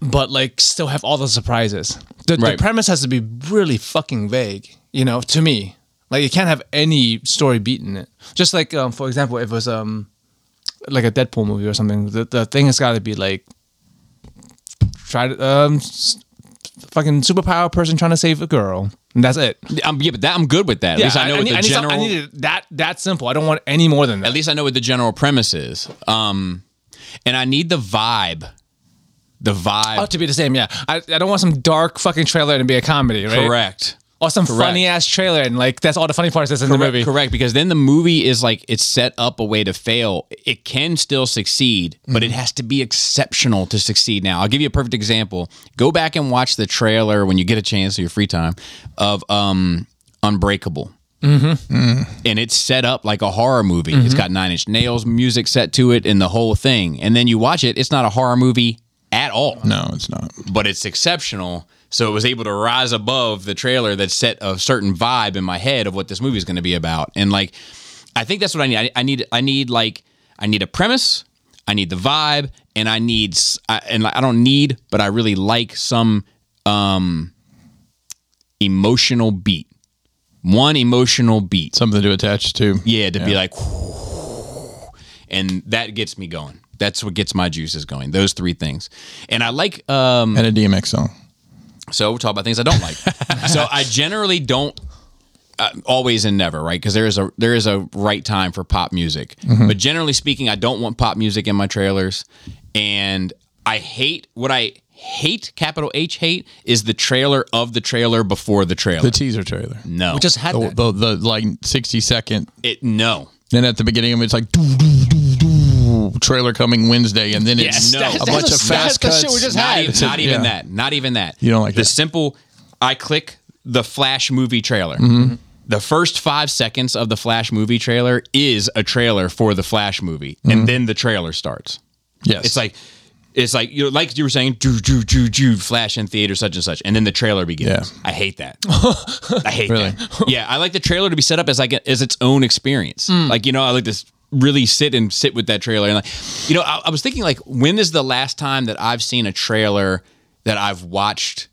but like still have all the surprises. The,
Right.
the premise has to be really fucking vague, you know. To me, like you can't have any story beat in it. Just like, um, for example, if it was um, like a Deadpool movie or something, the, the thing has got to be like try to um, s- fucking superpower person trying to save a girl. And that's it.
I'm, yeah, but that, I'm good with that. At least I know what
need,
the
need some-
general.
I need it that that simple. I don't want any more than that.
at least I know what the general premise is. Um, and I need the vibe. The vibe.
Oh, to be the same, yeah. I, I don't want some dark fucking trailer to be a comedy, right?
Correct.
or some funny ass trailer, and like that's all the funny parts that's in the
Correct,
movie.
correct, because then the movie is like it's set up a way to fail. It can still succeed, but it has to be exceptional to succeed. Now, I'll give you a perfect example. Go back and watch the trailer when you get a chance in your free time of um, Unbreakable. and it's set up like a horror movie. It's got Nine Inch Nails music set to it and the whole thing. And then you watch it, it's not a horror movie at all,
No, it's not.
but it's exceptional. So it was able to rise above the trailer that set a certain vibe in my head of what this movie is going to be about. And like, I think that's what I need. I, I need, I need like, I need a premise. I need the vibe, and I need, s- I, and like, I don't need, but I really like some um emotional beat. One emotional beat.
Something to attach to.
Yeah, to be like, and that gets me going. That's what gets my juices going. Those three things, and I like. Um,
And a DMX song.
so we'll talk about things I don't like. so I generally don't. Uh, always and never, right? Because there is a there is a right time for pop music, but generally speaking, I don't want pop music in my trailers, and I hate what I hate. Capital H hate is the trailer of the trailer before the trailer.
The teaser trailer.
no,
We just had
The,
that.
the, the like 60 second.
it no.
Then at the beginning of it, it's like doo, doo, doo, doo, trailer coming Wednesday. And then
Yes,
it's
No. that's-
a bunch of
that's-
fast
that's the shit
cuts.
we just
not
had.
even, not even
Yeah.
that. Not even that.
You don't like
the
that.
simple. I click the Flash movie trailer.
Mm-hmm.
The first five seconds of the Flash movie trailer is a trailer for the Flash movie,
Mm-hmm.
and then the trailer starts.
Yes.
It's like. It's like you know, like you were saying, do do do do flash in theater such and such, and then the trailer begins.
Yeah.
I hate that. I hate
Really?
that. Yeah, I like the trailer to be set up as like a, as its own experience.
Mm.
Like you know, I like to s- really sit and sit with that trailer and like you know, I, I was thinking like when is the last time that I've seen a trailer that I've watched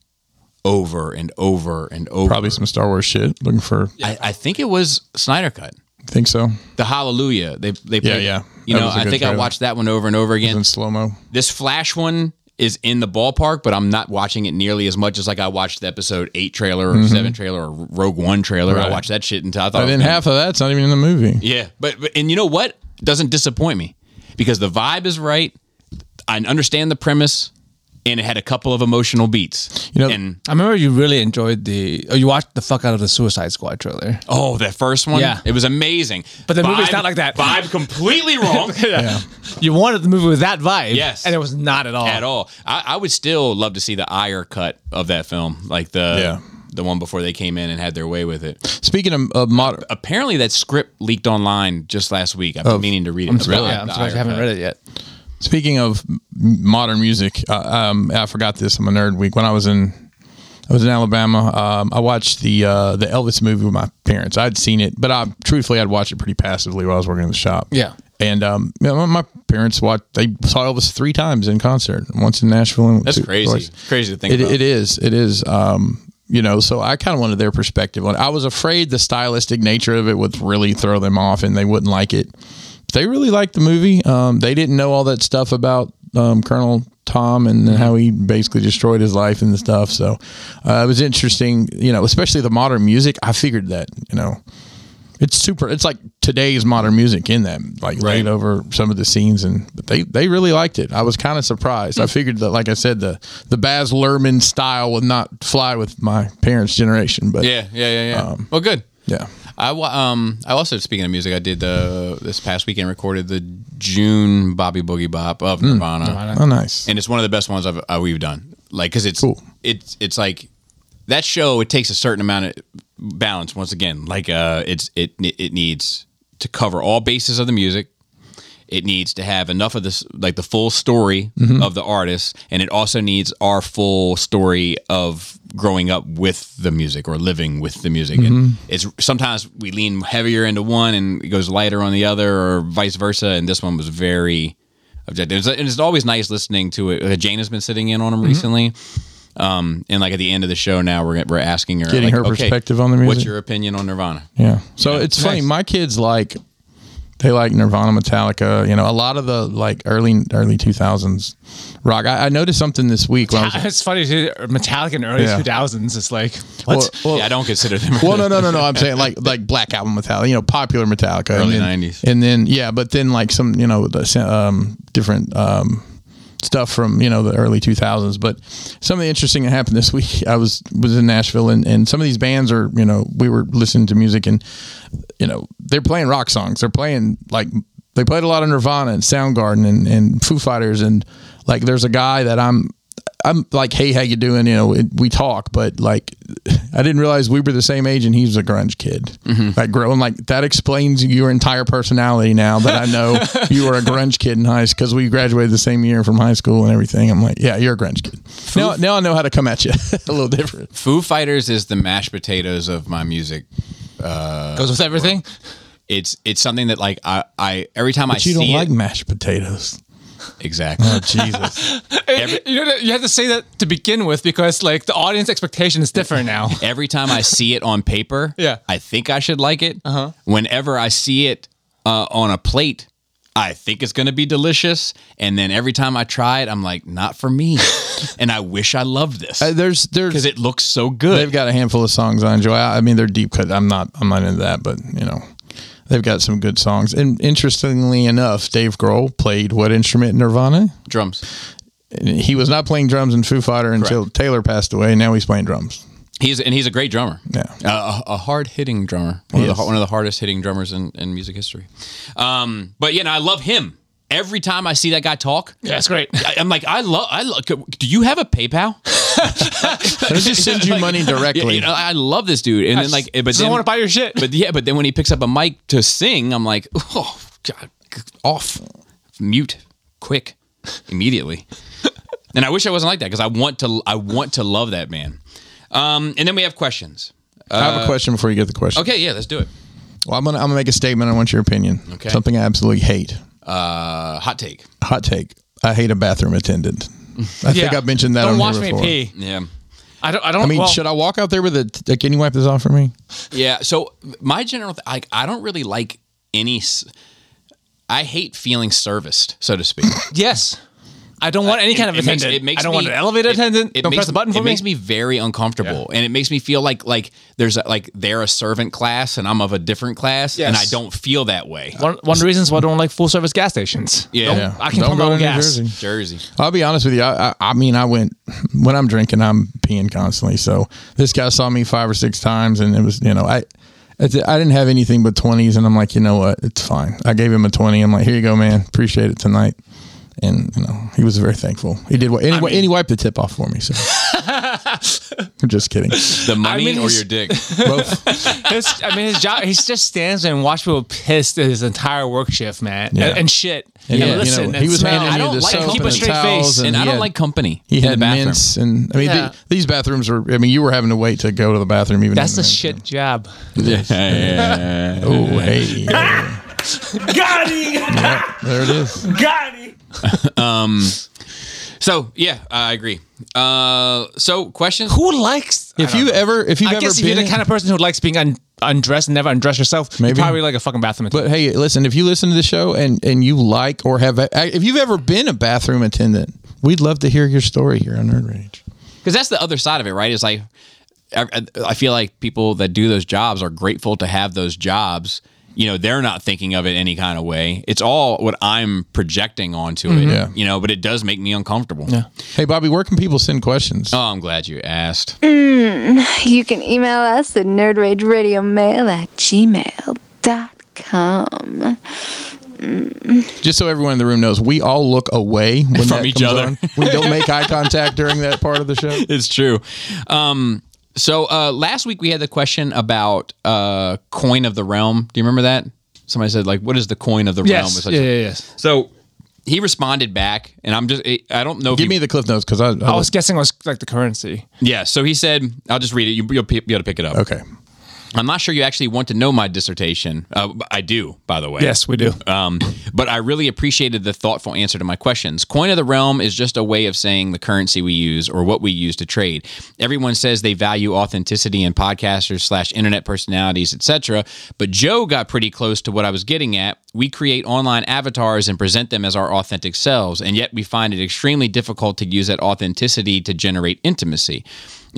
over and over and over?
probably some Star Wars shit. Looking for,
I, I think it was Snyder Cut,
think so.
the Hallelujah. They they
Yeah,
played,
yeah.
You
That
know,
was a
I
good
think I
trailer.
watched that one over and over again
In slow mo.
this Flash one is in the ballpark, but I'm not watching it nearly as much as like I watched the episode eight trailer or seven trailer or Rogue One trailer. I
Right.
watched Mm-hmm. that shit until I thought.
But
it was
then
gonna-
half of that's not even in the movie.
yeah, but, but and you know what? It doesn't disappoint me because the vibe is right. I understand the premise, and it had a couple of emotional beats.
You know-
and
I remember you really enjoyed the. Oh, you watched the fuck out of the Suicide Squad trailer.
oh, that first one,
Yeah.
it was amazing.
But the movie's not like that.
Vibe completely wrong.
Yeah.
You wanted the movie with that vibe.
Yes.
and it was not at all.
at all. I, I would still love to see the ire cut of that film, like the
Yeah.
the one before they came in and had their way with it.
Speaking of, of modern,
Apparently, that script leaked online just last week. I've been meaning to read it.
Oh, I'm surprised, yeah, I'm
The
surprised you
ire cut.
haven't read it yet.
Speaking of m- modern music, uh, um, I forgot this. I'm a nerd week. When I was in, I was in Alabama. Um, I watched the uh, the Elvis movie with my parents. I'd seen it, but I truthfully I'd watched it pretty passively while I was working in the shop.
Yeah.
And um, you know, my parents watched. They saw Elvis three times in concert. Once in Nashville. And
That's
two-
crazy.
twice.
Crazy to think
It,
about.
it is. It is. Um, you know, so I kind of wanted their perspective on. it. I was afraid the stylistic nature of it would really throw them off, and they wouldn't like it. They really liked the movie. Um, they didn't know all that stuff about um, Colonel Tom and
Mm-hmm.
how he basically destroyed his life and the stuff. So uh, it was interesting. You know, especially the modern music. I figured that. You know, it's super. It's like today's modern music in that, like laid over some of the scenes, and but they they really liked it. I was kind of surprised.
Hmm.
I figured that, like I said, the the Baz Luhrmann style would not fly with my parents' generation, but
Yeah, yeah, yeah, yeah.
um,
well, good.
yeah.
I wa- um I also speaking of music, I did the this past weekend recorded the June Bobby Boogie Bop of
Hmm.
Nirvana.
Oh, nice.
and it's one of the best ones I've uh, we've done. Like, cause it's
Cool.
it's it's like that show. It takes a certain amount of balance. Once again, like uh, it's it it needs to cover all bases of the music. It needs to have enough of this, like the full story of the artist, and it also needs our full story of growing up with the music or living with the music. And it's sometimes we lean heavier into one and it goes lighter on the other, or vice versa. And this one was very objective. It's, and it's always nice listening to it. Uh, Jane has been sitting in on
Mm-hmm.
them recently. Um, and like at the end of the show now, we're, we're asking her,
Getting
like,
her
okay,
perspective on the
What's
music."
your opinion on Nirvana?
Yeah. So it's funny. My kids like they like Nirvana, Metallica. You know, a lot of the like early early two thousands rock. I, I noticed something this week when I was.
It's funny too. Metallica in the early
Yeah.
two thousands. It's like what?
well-
yeah, I don't consider them.
well, no, no, no, no. I'm saying like like Black Album Metallica, you know, popular Metallica,
Early
and then,
90s.
and then yeah, but then like some you know the, um, different um, stuff from you know the early 2000s. But some of the interesting that happened this week, I was was in Nashville, and, and some of these bands are you know we were listening to music, and you know they're playing rock songs. They're playing like they played a lot of Nirvana and Soundgarden and, and Foo Fighters, and like there's a guy that I'm I'm like, hey, how you doing? You know, it, we talk, but like, I didn't realize we were the same age, and he was a grunge kid.
Mm-hmm.
Like growing, like that explains your entire personality now that I know you were a grunge kid in high school because we graduated the same year from high school and everything. I'm like, yeah, you're a grunge kid. Now, now I know how to come at you a little different.
Foo Fighters is the mashed potatoes of my music.
Goes with everything.
It's it's something that like I, I every time I
But you don't
see
like
it,
mashed potatoes.
exactly.
Oh, Jesus.
you, know, you have to say that to begin with because like the audience expectation is different now.
every time I see it on paper,
Yeah.
I think I should like it. Uh-huh. Whenever I see it uh, on a plate, I think it's going to be delicious, and then every time I try it, I'm like, not for me, and I wish I loved this
Uh, there's there's
because it looks so good.
They've got a handful of songs I enjoy. I I mean, they're deep cut. I'm not. I'm not into that. But you know, they've got some good songs. And interestingly enough, Dave Grohl played what instrument in Nirvana?
Drums.
He was not playing drums in Foo Fighter until Taylor passed away. Now he's playing drums.
He's and he's a great drummer.
Yeah.
Uh, a, a hard hitting drummer. One of, the,
Yes.
one of the hardest hitting drummers in, in music history. Um, but yeah, no, I love him. Every time I see that guy talk,
Yeah, it's great.
I, I'm like, I love. I love. Do you have a PayPal?
They just send you money
Yeah,
directly.
you know, I love this dude, and then like, but
Doesn't
then-
want to buy your shit.
But yeah, but then when he picks up a mic to sing, I'm like, oh god, off, mute, quick, immediately. and I wish I wasn't like that because I want to, I want to love that man. Um, and then we have questions.
I have a question before you get the question.
uh, Okay, yeah, let's do it.
Well, I'm gonna I'm gonna make a statement. I want your opinion.
Okay.
Something I absolutely hate.
Uh, hot take.
Hot take. I hate a bathroom attendant. I think
Yeah.
I've mentioned that
Don't
on
watch
here
me
before.
pee.
Yeah,
I don't. I don't.
I mean,
well,
should I walk out there with a? t- Can you wipe this off for me?
yeah. So my general, th- like, I don't really like any. s- I hate feeling serviced, so to speak.
yes. I don't want any kind of
Uh, it makes-
attendant.
it makes
I don't want
me-
an elevated attendant.
it
don't
makes
press the button for
it
me.
makes me very uncomfortable, and it makes me feel like like there's a, like they're a servant class and I'm of a different class, and I
Yes.
don't feel that way.
one, one of the reasons why I don't like full service gas stations.
Yeah.
Don't-
Yeah.
I can
Don't
pump
go
my
to
own
New
gas.
Jersey.
Jersey.
I'll be honest with you. I, I, I mean, I went when I'm drinking, I'm peeing constantly. So this guy saw me five or six times, and it was you know I. I di- I didn't have anything but twenties, and I'm like, you know what? It's fine. I gave him a twenty. I'm like, here you go, man. Appreciate it tonight. And you know, he was very thankful. He did what, and, he- and he wiped the tip off for me. So I'm just kidding.
The money
mean,
or
he's-
your dick?
Both.
His- I mean, his job. He just stands there and watches people pissed his entire work shift, man,
Yeah.
and, and shit.
And,
and
you know,
listen,
he was handing
I
you
don't
the
like
soap
keep
and
a
the
straight
towels,
face,
and
he
I don't
had-
like company.
He
in
had
the bathroom.
mints, and I mean, the-
Yeah.
these bathrooms were. I mean, you were having to wait to go to the bathroom. Even
That's
in the
a
men's
shit job.
Oh, hey. Got there it is.
So yeah, I agree. Uh, so questions.
Who likes? I
If
don't
you
know.
ever, if you've
I
ever
guess if
been,
you're the kind of person who likes being un- undressed and never undress yourself,
Maybe.
you're probably like a fucking bathroom attendant.
but hey, listen, if you listen to the show and and you like or have, if you've ever been a bathroom attendant, we'd love to hear your story here on Nerd Rage.
because that's the other side of it, right? Is like I, I feel like people that do those jobs are grateful to have those jobs. You know, they're not thinking of it any kind of way. It's all what I'm projecting onto it.
Yeah.
Mm-hmm.
You know, but it does make me uncomfortable. Yeah.
Hey, Bobby, where can people send questions?
Oh, I'm glad you asked.
You can email us at nerdrageradiomail at gmail.com.
Just so everyone in the room knows, we all look away when
From
that
each
comes
other.
on. We don't make eye contact during that part of the show.
It's true. Um, so uh, last week we had the question about uh, coin of the realm. Do you remember that? Somebody said like, "What is the coin of the realm?"
yes,
It's
yeah,
like-
yeah, yes.
So he responded back, and I'm just—I don't know. if
Give
he-
me the cliff notes because I, I,
I was guessing it was like the currency.
Yeah. So he said, I'll just read it. You, you'll pe- be able to pick it up.
okay.
I'm not sure you actually want to know my dissertation. Uh, but I do, by the way.
Yes, we do.
Um, but I really appreciated the thoughtful answer to my questions. Coin of the realm is just a way of saying the currency we use or what we use to trade. Everyone says they value authenticity in podcasters slash internet personalities, etc. But Joe got pretty close to what I was getting at. We create online avatars and present them as our authentic selves, and yet we find it extremely difficult to use that authenticity to generate intimacy.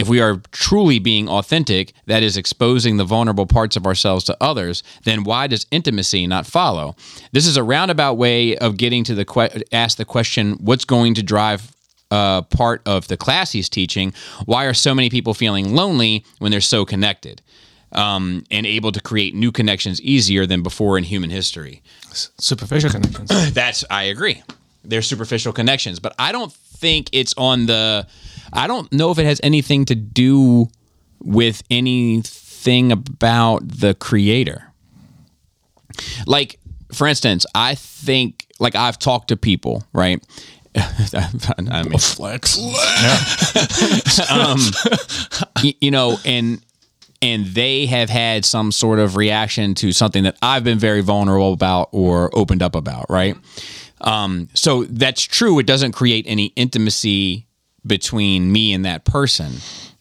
if we are truly being authentic, that is exposing the vulnerable parts of ourselves to others, then why does intimacy not follow? This is a roundabout way of getting to the que- ask the question, what's going to drive uh, part of the class he's teaching? Why are so many people feeling lonely when they're so connected? Um, and able to create new connections easier than before in human history.
Superficial connections.
That's I agree. They're superficial connections, but I don't think it's on the. I don't know if it has anything to do with anything about the creator. Like, for instance, I think like I've talked to people, right? I mean, Um,
Flex.
y- you know, and and they have had some sort of reaction to something that I've been very vulnerable about or opened up about, right? Um, so that's true. It doesn't create any intimacy between me and that person,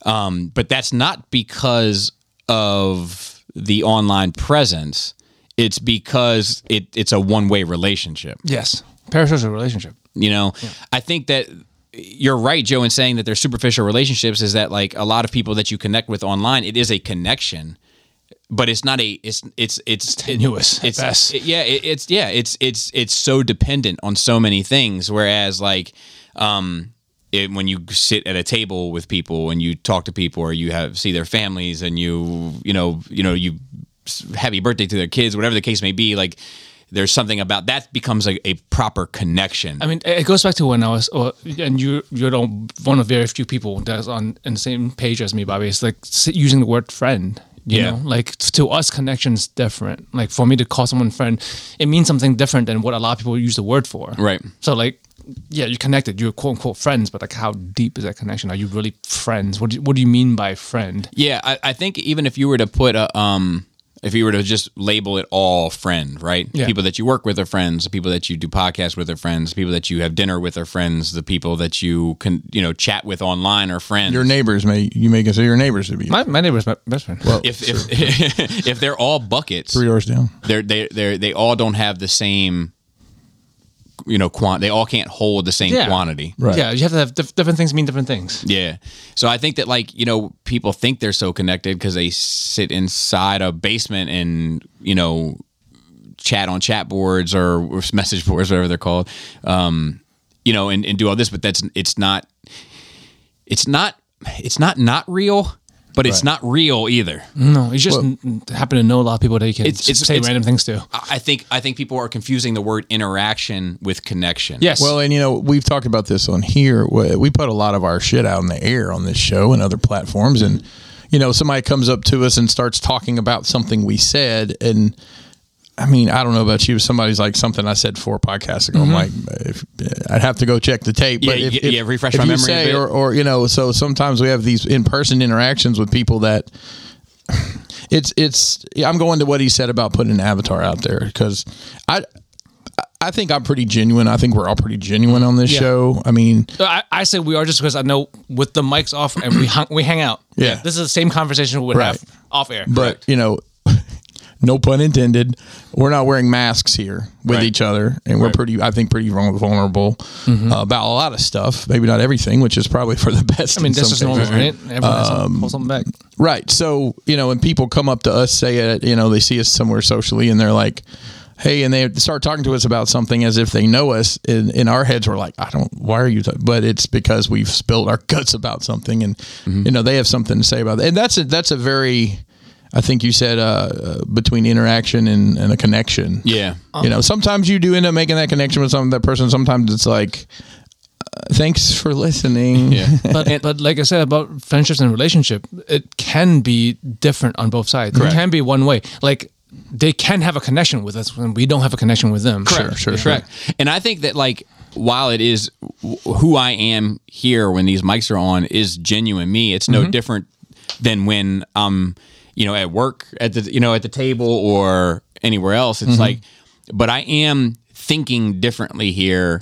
um, but that's not because of the online presence. It's because it, it's a one way relationship
yes. Parasocial relationship.
you know i think that you're right joe in saying that they're superficial relationships is that like a lot of people that you connect with online it is a connection but it's not a it's it's it's,
tenuous at
it's
best.
it- yeah it, it's yeah it's it's it's so dependent on so many things whereas like um it, when you sit at a table with people and you talk to people or you have see their families and you you know you know you s- happy birthday to their kids whatever the case may be like there's something about that becomes a, a proper connection
I mean, it it goes back to when I was, or, and you, you're the one of very few people that's on in the same page as me, Bobby. It's like s- using the word friend. You
Yeah.
Know? Like to us, connection's different. Like for me to call someone friend, it means something different than what a lot of people use the word for.
Right.
So like, yeah, you're connected. You're quote unquote friends, but like, how deep is that connection? Are you really friends? What do you, What do you mean by friend?
Yeah, I, I think even if you were to put a um if you were to just label it all friend, right?
Yeah.
People that you work with are friends, the people that you do podcasts with are friends, the people that you have dinner with are friends, the people that you can you know chat with online are friends.
Your neighbors may you may consider your neighbors to be
My my neighbor's my best friend.
well,
if if if they're all buckets,
three doors down.
they're they they they all don't have the same you know quant they all can't hold the same
Yeah.
quantity.
Right.
Yeah, you have to have diff- different things mean different things.
Yeah. So I think that like, you know, people think they're so connected because they sit inside a basement and, you know, chat on chat boards or, or message boards, whatever they're called. Um, you know, and, and do all this, but that's it's not it's not it's not not real, but it's not real either.
No, you just n- happen to know a lot of people that you can
It's-
s-
it's-
say
it's-
random things to.
I I think I think people are confusing the word interaction with connection.
Yes.
Well, and you know, we've talked about this on here. We we put a lot of our shit out in the air on this show and other platforms. And, you know, somebody comes up to us and starts talking about something we said. And I mean, I don't know about you. Somebody's like something I said four podcasts ago. I'm like, if, I'd have to go check the tape.
Mm-hmm. Yeah,
if,
yeah, yeah, refresh my
you
memory a
say,
bit.
Or, or, you know, so sometimes we have these in person interactions with people that it's, it's, yeah, I'm going to what he said about putting an avatar out there because I, I think I'm pretty genuine. I think we're all pretty genuine on this
Yeah.
show. I mean,
I, I say we are just because I know with the mics off and we hung, we hang out.
Yeah.
This is the same conversation we would
Right.
have off air.
but you know, no pun intended. We're not wearing masks here with
Right.
each other, and we're pretty, I think, pretty vul- vulnerable
Mm-hmm.
uh, about a lot of stuff. Maybe not everything, which is probably for the best.
I mean, that's just normal, right? Everyone has to
Um,
pull something back.
Right. So, you know, when people come up to us, say it, you know, they see us somewhere socially and they're like, hey, and they start talking to us about something as if they know us. And in our heads, we're like, I don't, why are you, talking? but it's because we've spilled our guts about something and,
Mm-hmm.
you know, they have something to say about it. And that's a, that's a very, I think you said, uh, uh, between interaction and, and a connection.
Yeah.
You know, sometimes you do end up making that connection with some that person. Sometimes it's like, uh, thanks for listening.
Yeah.
But, but like I said about friendships and relationship, it can be different on both sides. It can be one way. Like they can have a connection with us when we don't have a connection with them.
Correct. Sure, sure, sure.
Correct. And I think that like while it is w- who I am here when these mics are on is genuine me. It's
Mm-hmm.
no different than when I'm you know at work at the you know at the table or anywhere else.
Mm-hmm.
It's like but I am thinking differently here.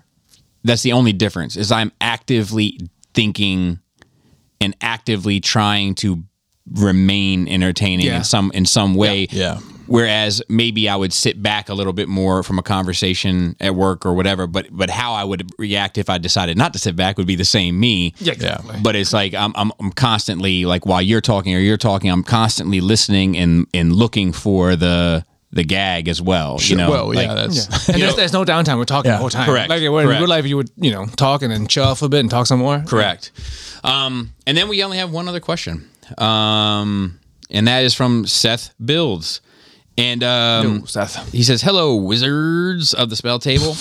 That's the only difference is I'm actively thinking and actively trying to remain entertaining
Yeah.
in some in some way
Yeah.
Whereas maybe I would sit back a little bit more from a conversation at work or whatever, but but how I would react if I decided not to sit back would be the same me.
Yeah, exactly.
But it's like I'm, I'm I'm constantly like while you're talking or you're talking, I'm constantly listening and and looking for the the gag as well. You know,
well,
Like,
yeah, that's
And there's, there's no downtime. We're talking
Yeah,
the whole time.
correct,
Like it were in
correct.
real life, you would you know talking and chuff a bit and talk some more.
Correct. Um, and then we only have one other question, um, and that is from Seth Builds, and um,
Seth.
he says, "Hello, wizards of the spell table.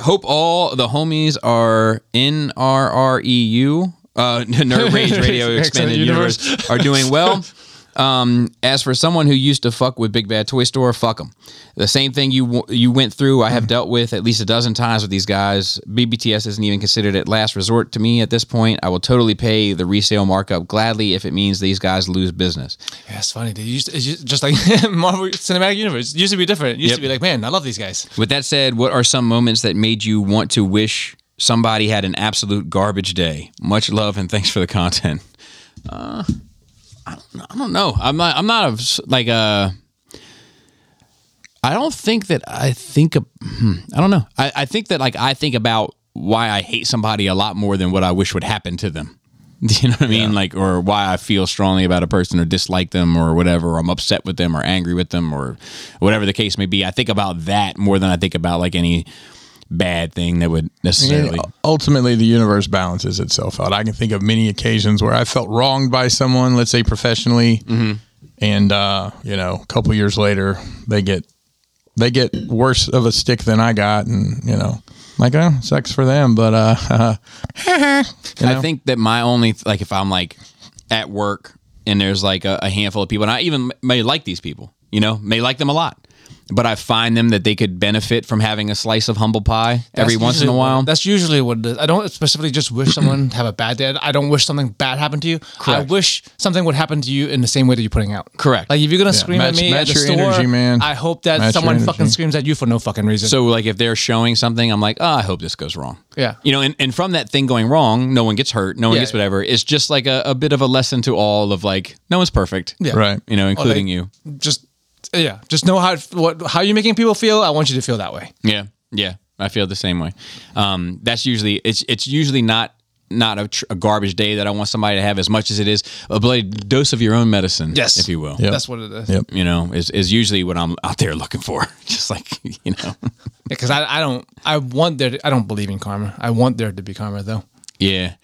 Hope all the homies are in R R E U, uh, Nerd Rage Radio
Excellent
Expanded
universe.
Universe, are doing well." Um, as for someone who used to fuck with Big Bad Toy Store, fuck them. The same thing you w- you went through, I have dealt with at least a dozen times with these guys. BBTS isn't even considered at last resort to me at this point. I will totally pay the resale markup gladly if it means these guys lose business.
Yeah, it's funny. They used it's just, just like Marvel Cinematic Universe. It used to be different. It used
Yep.
to be like, man, I love these guys.
With that said, what are some moments that made you want to wish somebody had an absolute garbage day? Much love and thanks for the content. Uh, I don't know. I don't know. I'm not. I'm not a s like a. I don't think that I think. ab- hmm, I don't know. I, I think that like I think about why I hate somebody a lot more than what I wish would happen to them. Do you know what I mean? Like, or why I feel strongly about a person or dislike them or whatever, or I'm upset with them or angry with them or whatever the case may be. I think about that more than I think about like any bad thing that would necessarily.
Ultimately, the universe balances itself out. I can think of many occasions where I felt wronged by someone, let's say professionally, and uh, you know, a couple years later, they get they get worse of a stick than I got, and you know, like, oh, sucks for them, but uh, you
I
know?
think that my only like if I'm like at work and there's like a, a handful of people, and I even may like these people, you know, may like them a lot, but I find them that they could benefit from having a slice of humble pie every
That's
once in a
usually-
while.
That's usually what it is. I don't specifically just wish someone to have a bad day. I don't wish something bad happened to you. I
Correct.
wish something would happen to you in the same way that you're putting out.
Correct.
Like if you're gonna scream
Match-
at me
match
at the
your
store,
energy, man.
I hope that
Match your
someone
energy.
fucking screams at you for no fucking reason.
So like if they're showing something, I'm like, oh, I hope this goes wrong.
Yeah.
You know, and, and from that thing going wrong, no one gets hurt, no one
Yeah.
gets whatever. It's just like a, a bit of a lesson to all of like, no one's perfect.
Yeah. Oh,
Right.
You know, including
like-
you.
just yeah, just know how it- what how you're making people feel. I want you to feel that way.
Yeah. Yeah. I feel the same way. Um, that's usually it's it's usually not not a, tr- a garbage day that I want somebody to have as much as it is a bloody dose of your own medicine,
Yes.
if you will.
Yep.
That's what it is.
Yep.
You know, is is usually what I'm out there looking for. Just like you know.
Because I, I don't I want there to, I don't believe in karma. I want there to be karma though.
Yeah.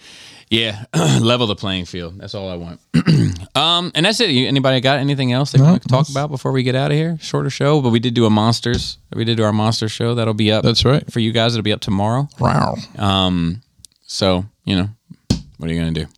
Yeah. Level the playing field. That's all I want. um, and that's it. You, anybody got anything else they want to talk about before we get out of here? Shorter show, but we did do a monsters. We did do our monster show. That'll be up.
That's right.
For you guys, it'll be up tomorrow.
wow.
So, you know, what are you going to do?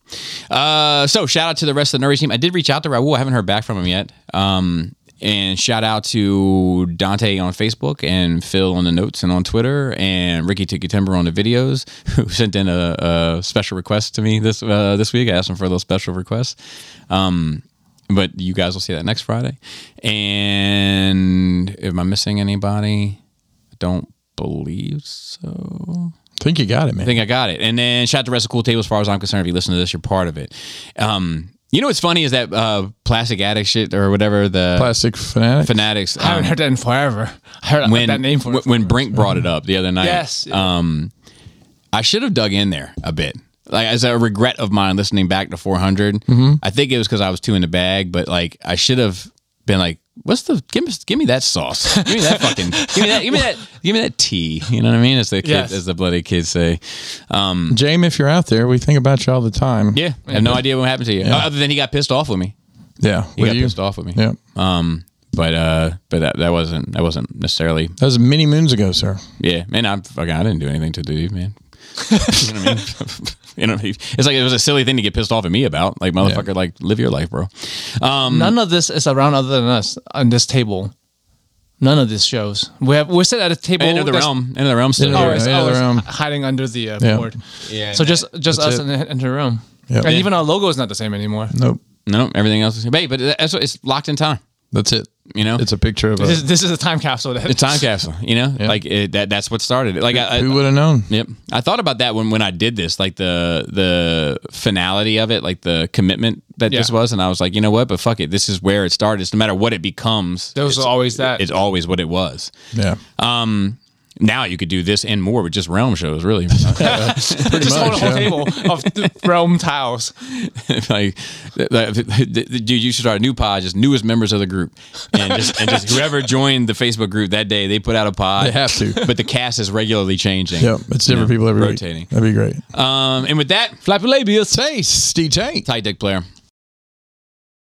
Uh, so, shout out to the rest of the Nerdy team. I did reach out to Raul. I haven't heard back from him yet. Um, and shout out to Dante on Facebook and Phil on the notes and on Twitter and Ricky Tiki Timber on the videos who sent in a, a special request to me this uh, this week. I asked him for a little special request. Um, but you guys will see that next Friday. And am I missing anybody? I don't believe so.
think you got it, man.
I think I got it. And then shout out to Rest of Cool Table. As far as I'm concerned, if you listen to this, you're part of it. Um, you know what's funny is that uh, plastic addict shit or whatever the
Plastic fanatic.
fanatics.
I haven't
um,
heard that in forever. I heard
when
that name for
when- when Brink brought it up the other night.
Yes.
Um, I should have dug in there a bit. Like as a regret of mine listening back to 400.
Mm-hmm.
I think it was because I was too in the bag, but like I should have been like, "What's the give me give me that sauce? Give me that fucking give me that give me that give me that tea." You know what I mean? As the kid,
Yes.
as the bloody kids say.
James, if you're out there, we think about you all the time.
Yeah, I have no idea what happened to you. Other than he got pissed off with me.
Yeah.
He
with
got
you.
pissed off with me.
Yeah.
But uh, but that, that wasn't that wasn't necessarily.
That was many moons ago, sir.
Yeah, man. I'm fucking. I didn't do anything to dude, man. you know what I mean? you know, what I mean? it's like it was a silly thing to get pissed off at me about. Like motherfucker, like live your life, bro.
None of this is around other than us on this table. None of this shows. We have we're sitting at a table.
End of the
that's-
realm. End of the realm. Still.
End of the
here.
realm.
Always,
Yeah,
always
realm.
hiding under the uh,
Yeah.
board. Yeah. So just just
That's
us
it.
in the, in the room.
Yeah.
And even our logo is not the same anymore.
Nope.
No, everything else is. Hey, but that's what- it's locked in time.
That's it.
You know,
It's a picture of
This,
a.
this is a time capsule. That
it's time capsule. You know, like it, that. That's what started it. Like I, I-
Who would have known?
Yep. I thought about that when, when I did this, like the the finality of it, like the commitment that this
Yeah.
was, and I was like, you know what? But fuck it, this is where it started. It's no matter what it becomes,
There was
it's-
always that.
It's always what it was.
Yeah.
Now you could do this and more with just realm shows, really.
much,
just whole
yeah.
table of th- Rome tiles.
like, th- th- th- dude, you should start a new pod, just newest members of the group, and just and just whoever joined the Facebook group that day, they put out a pod.
They have to.
but the cast is regularly changing.
Yep. It's different people every
rotating. Uh,
week. That'd be great.
Um, and with that,
Flappy labias.
Tasty Tank.
tight dick player.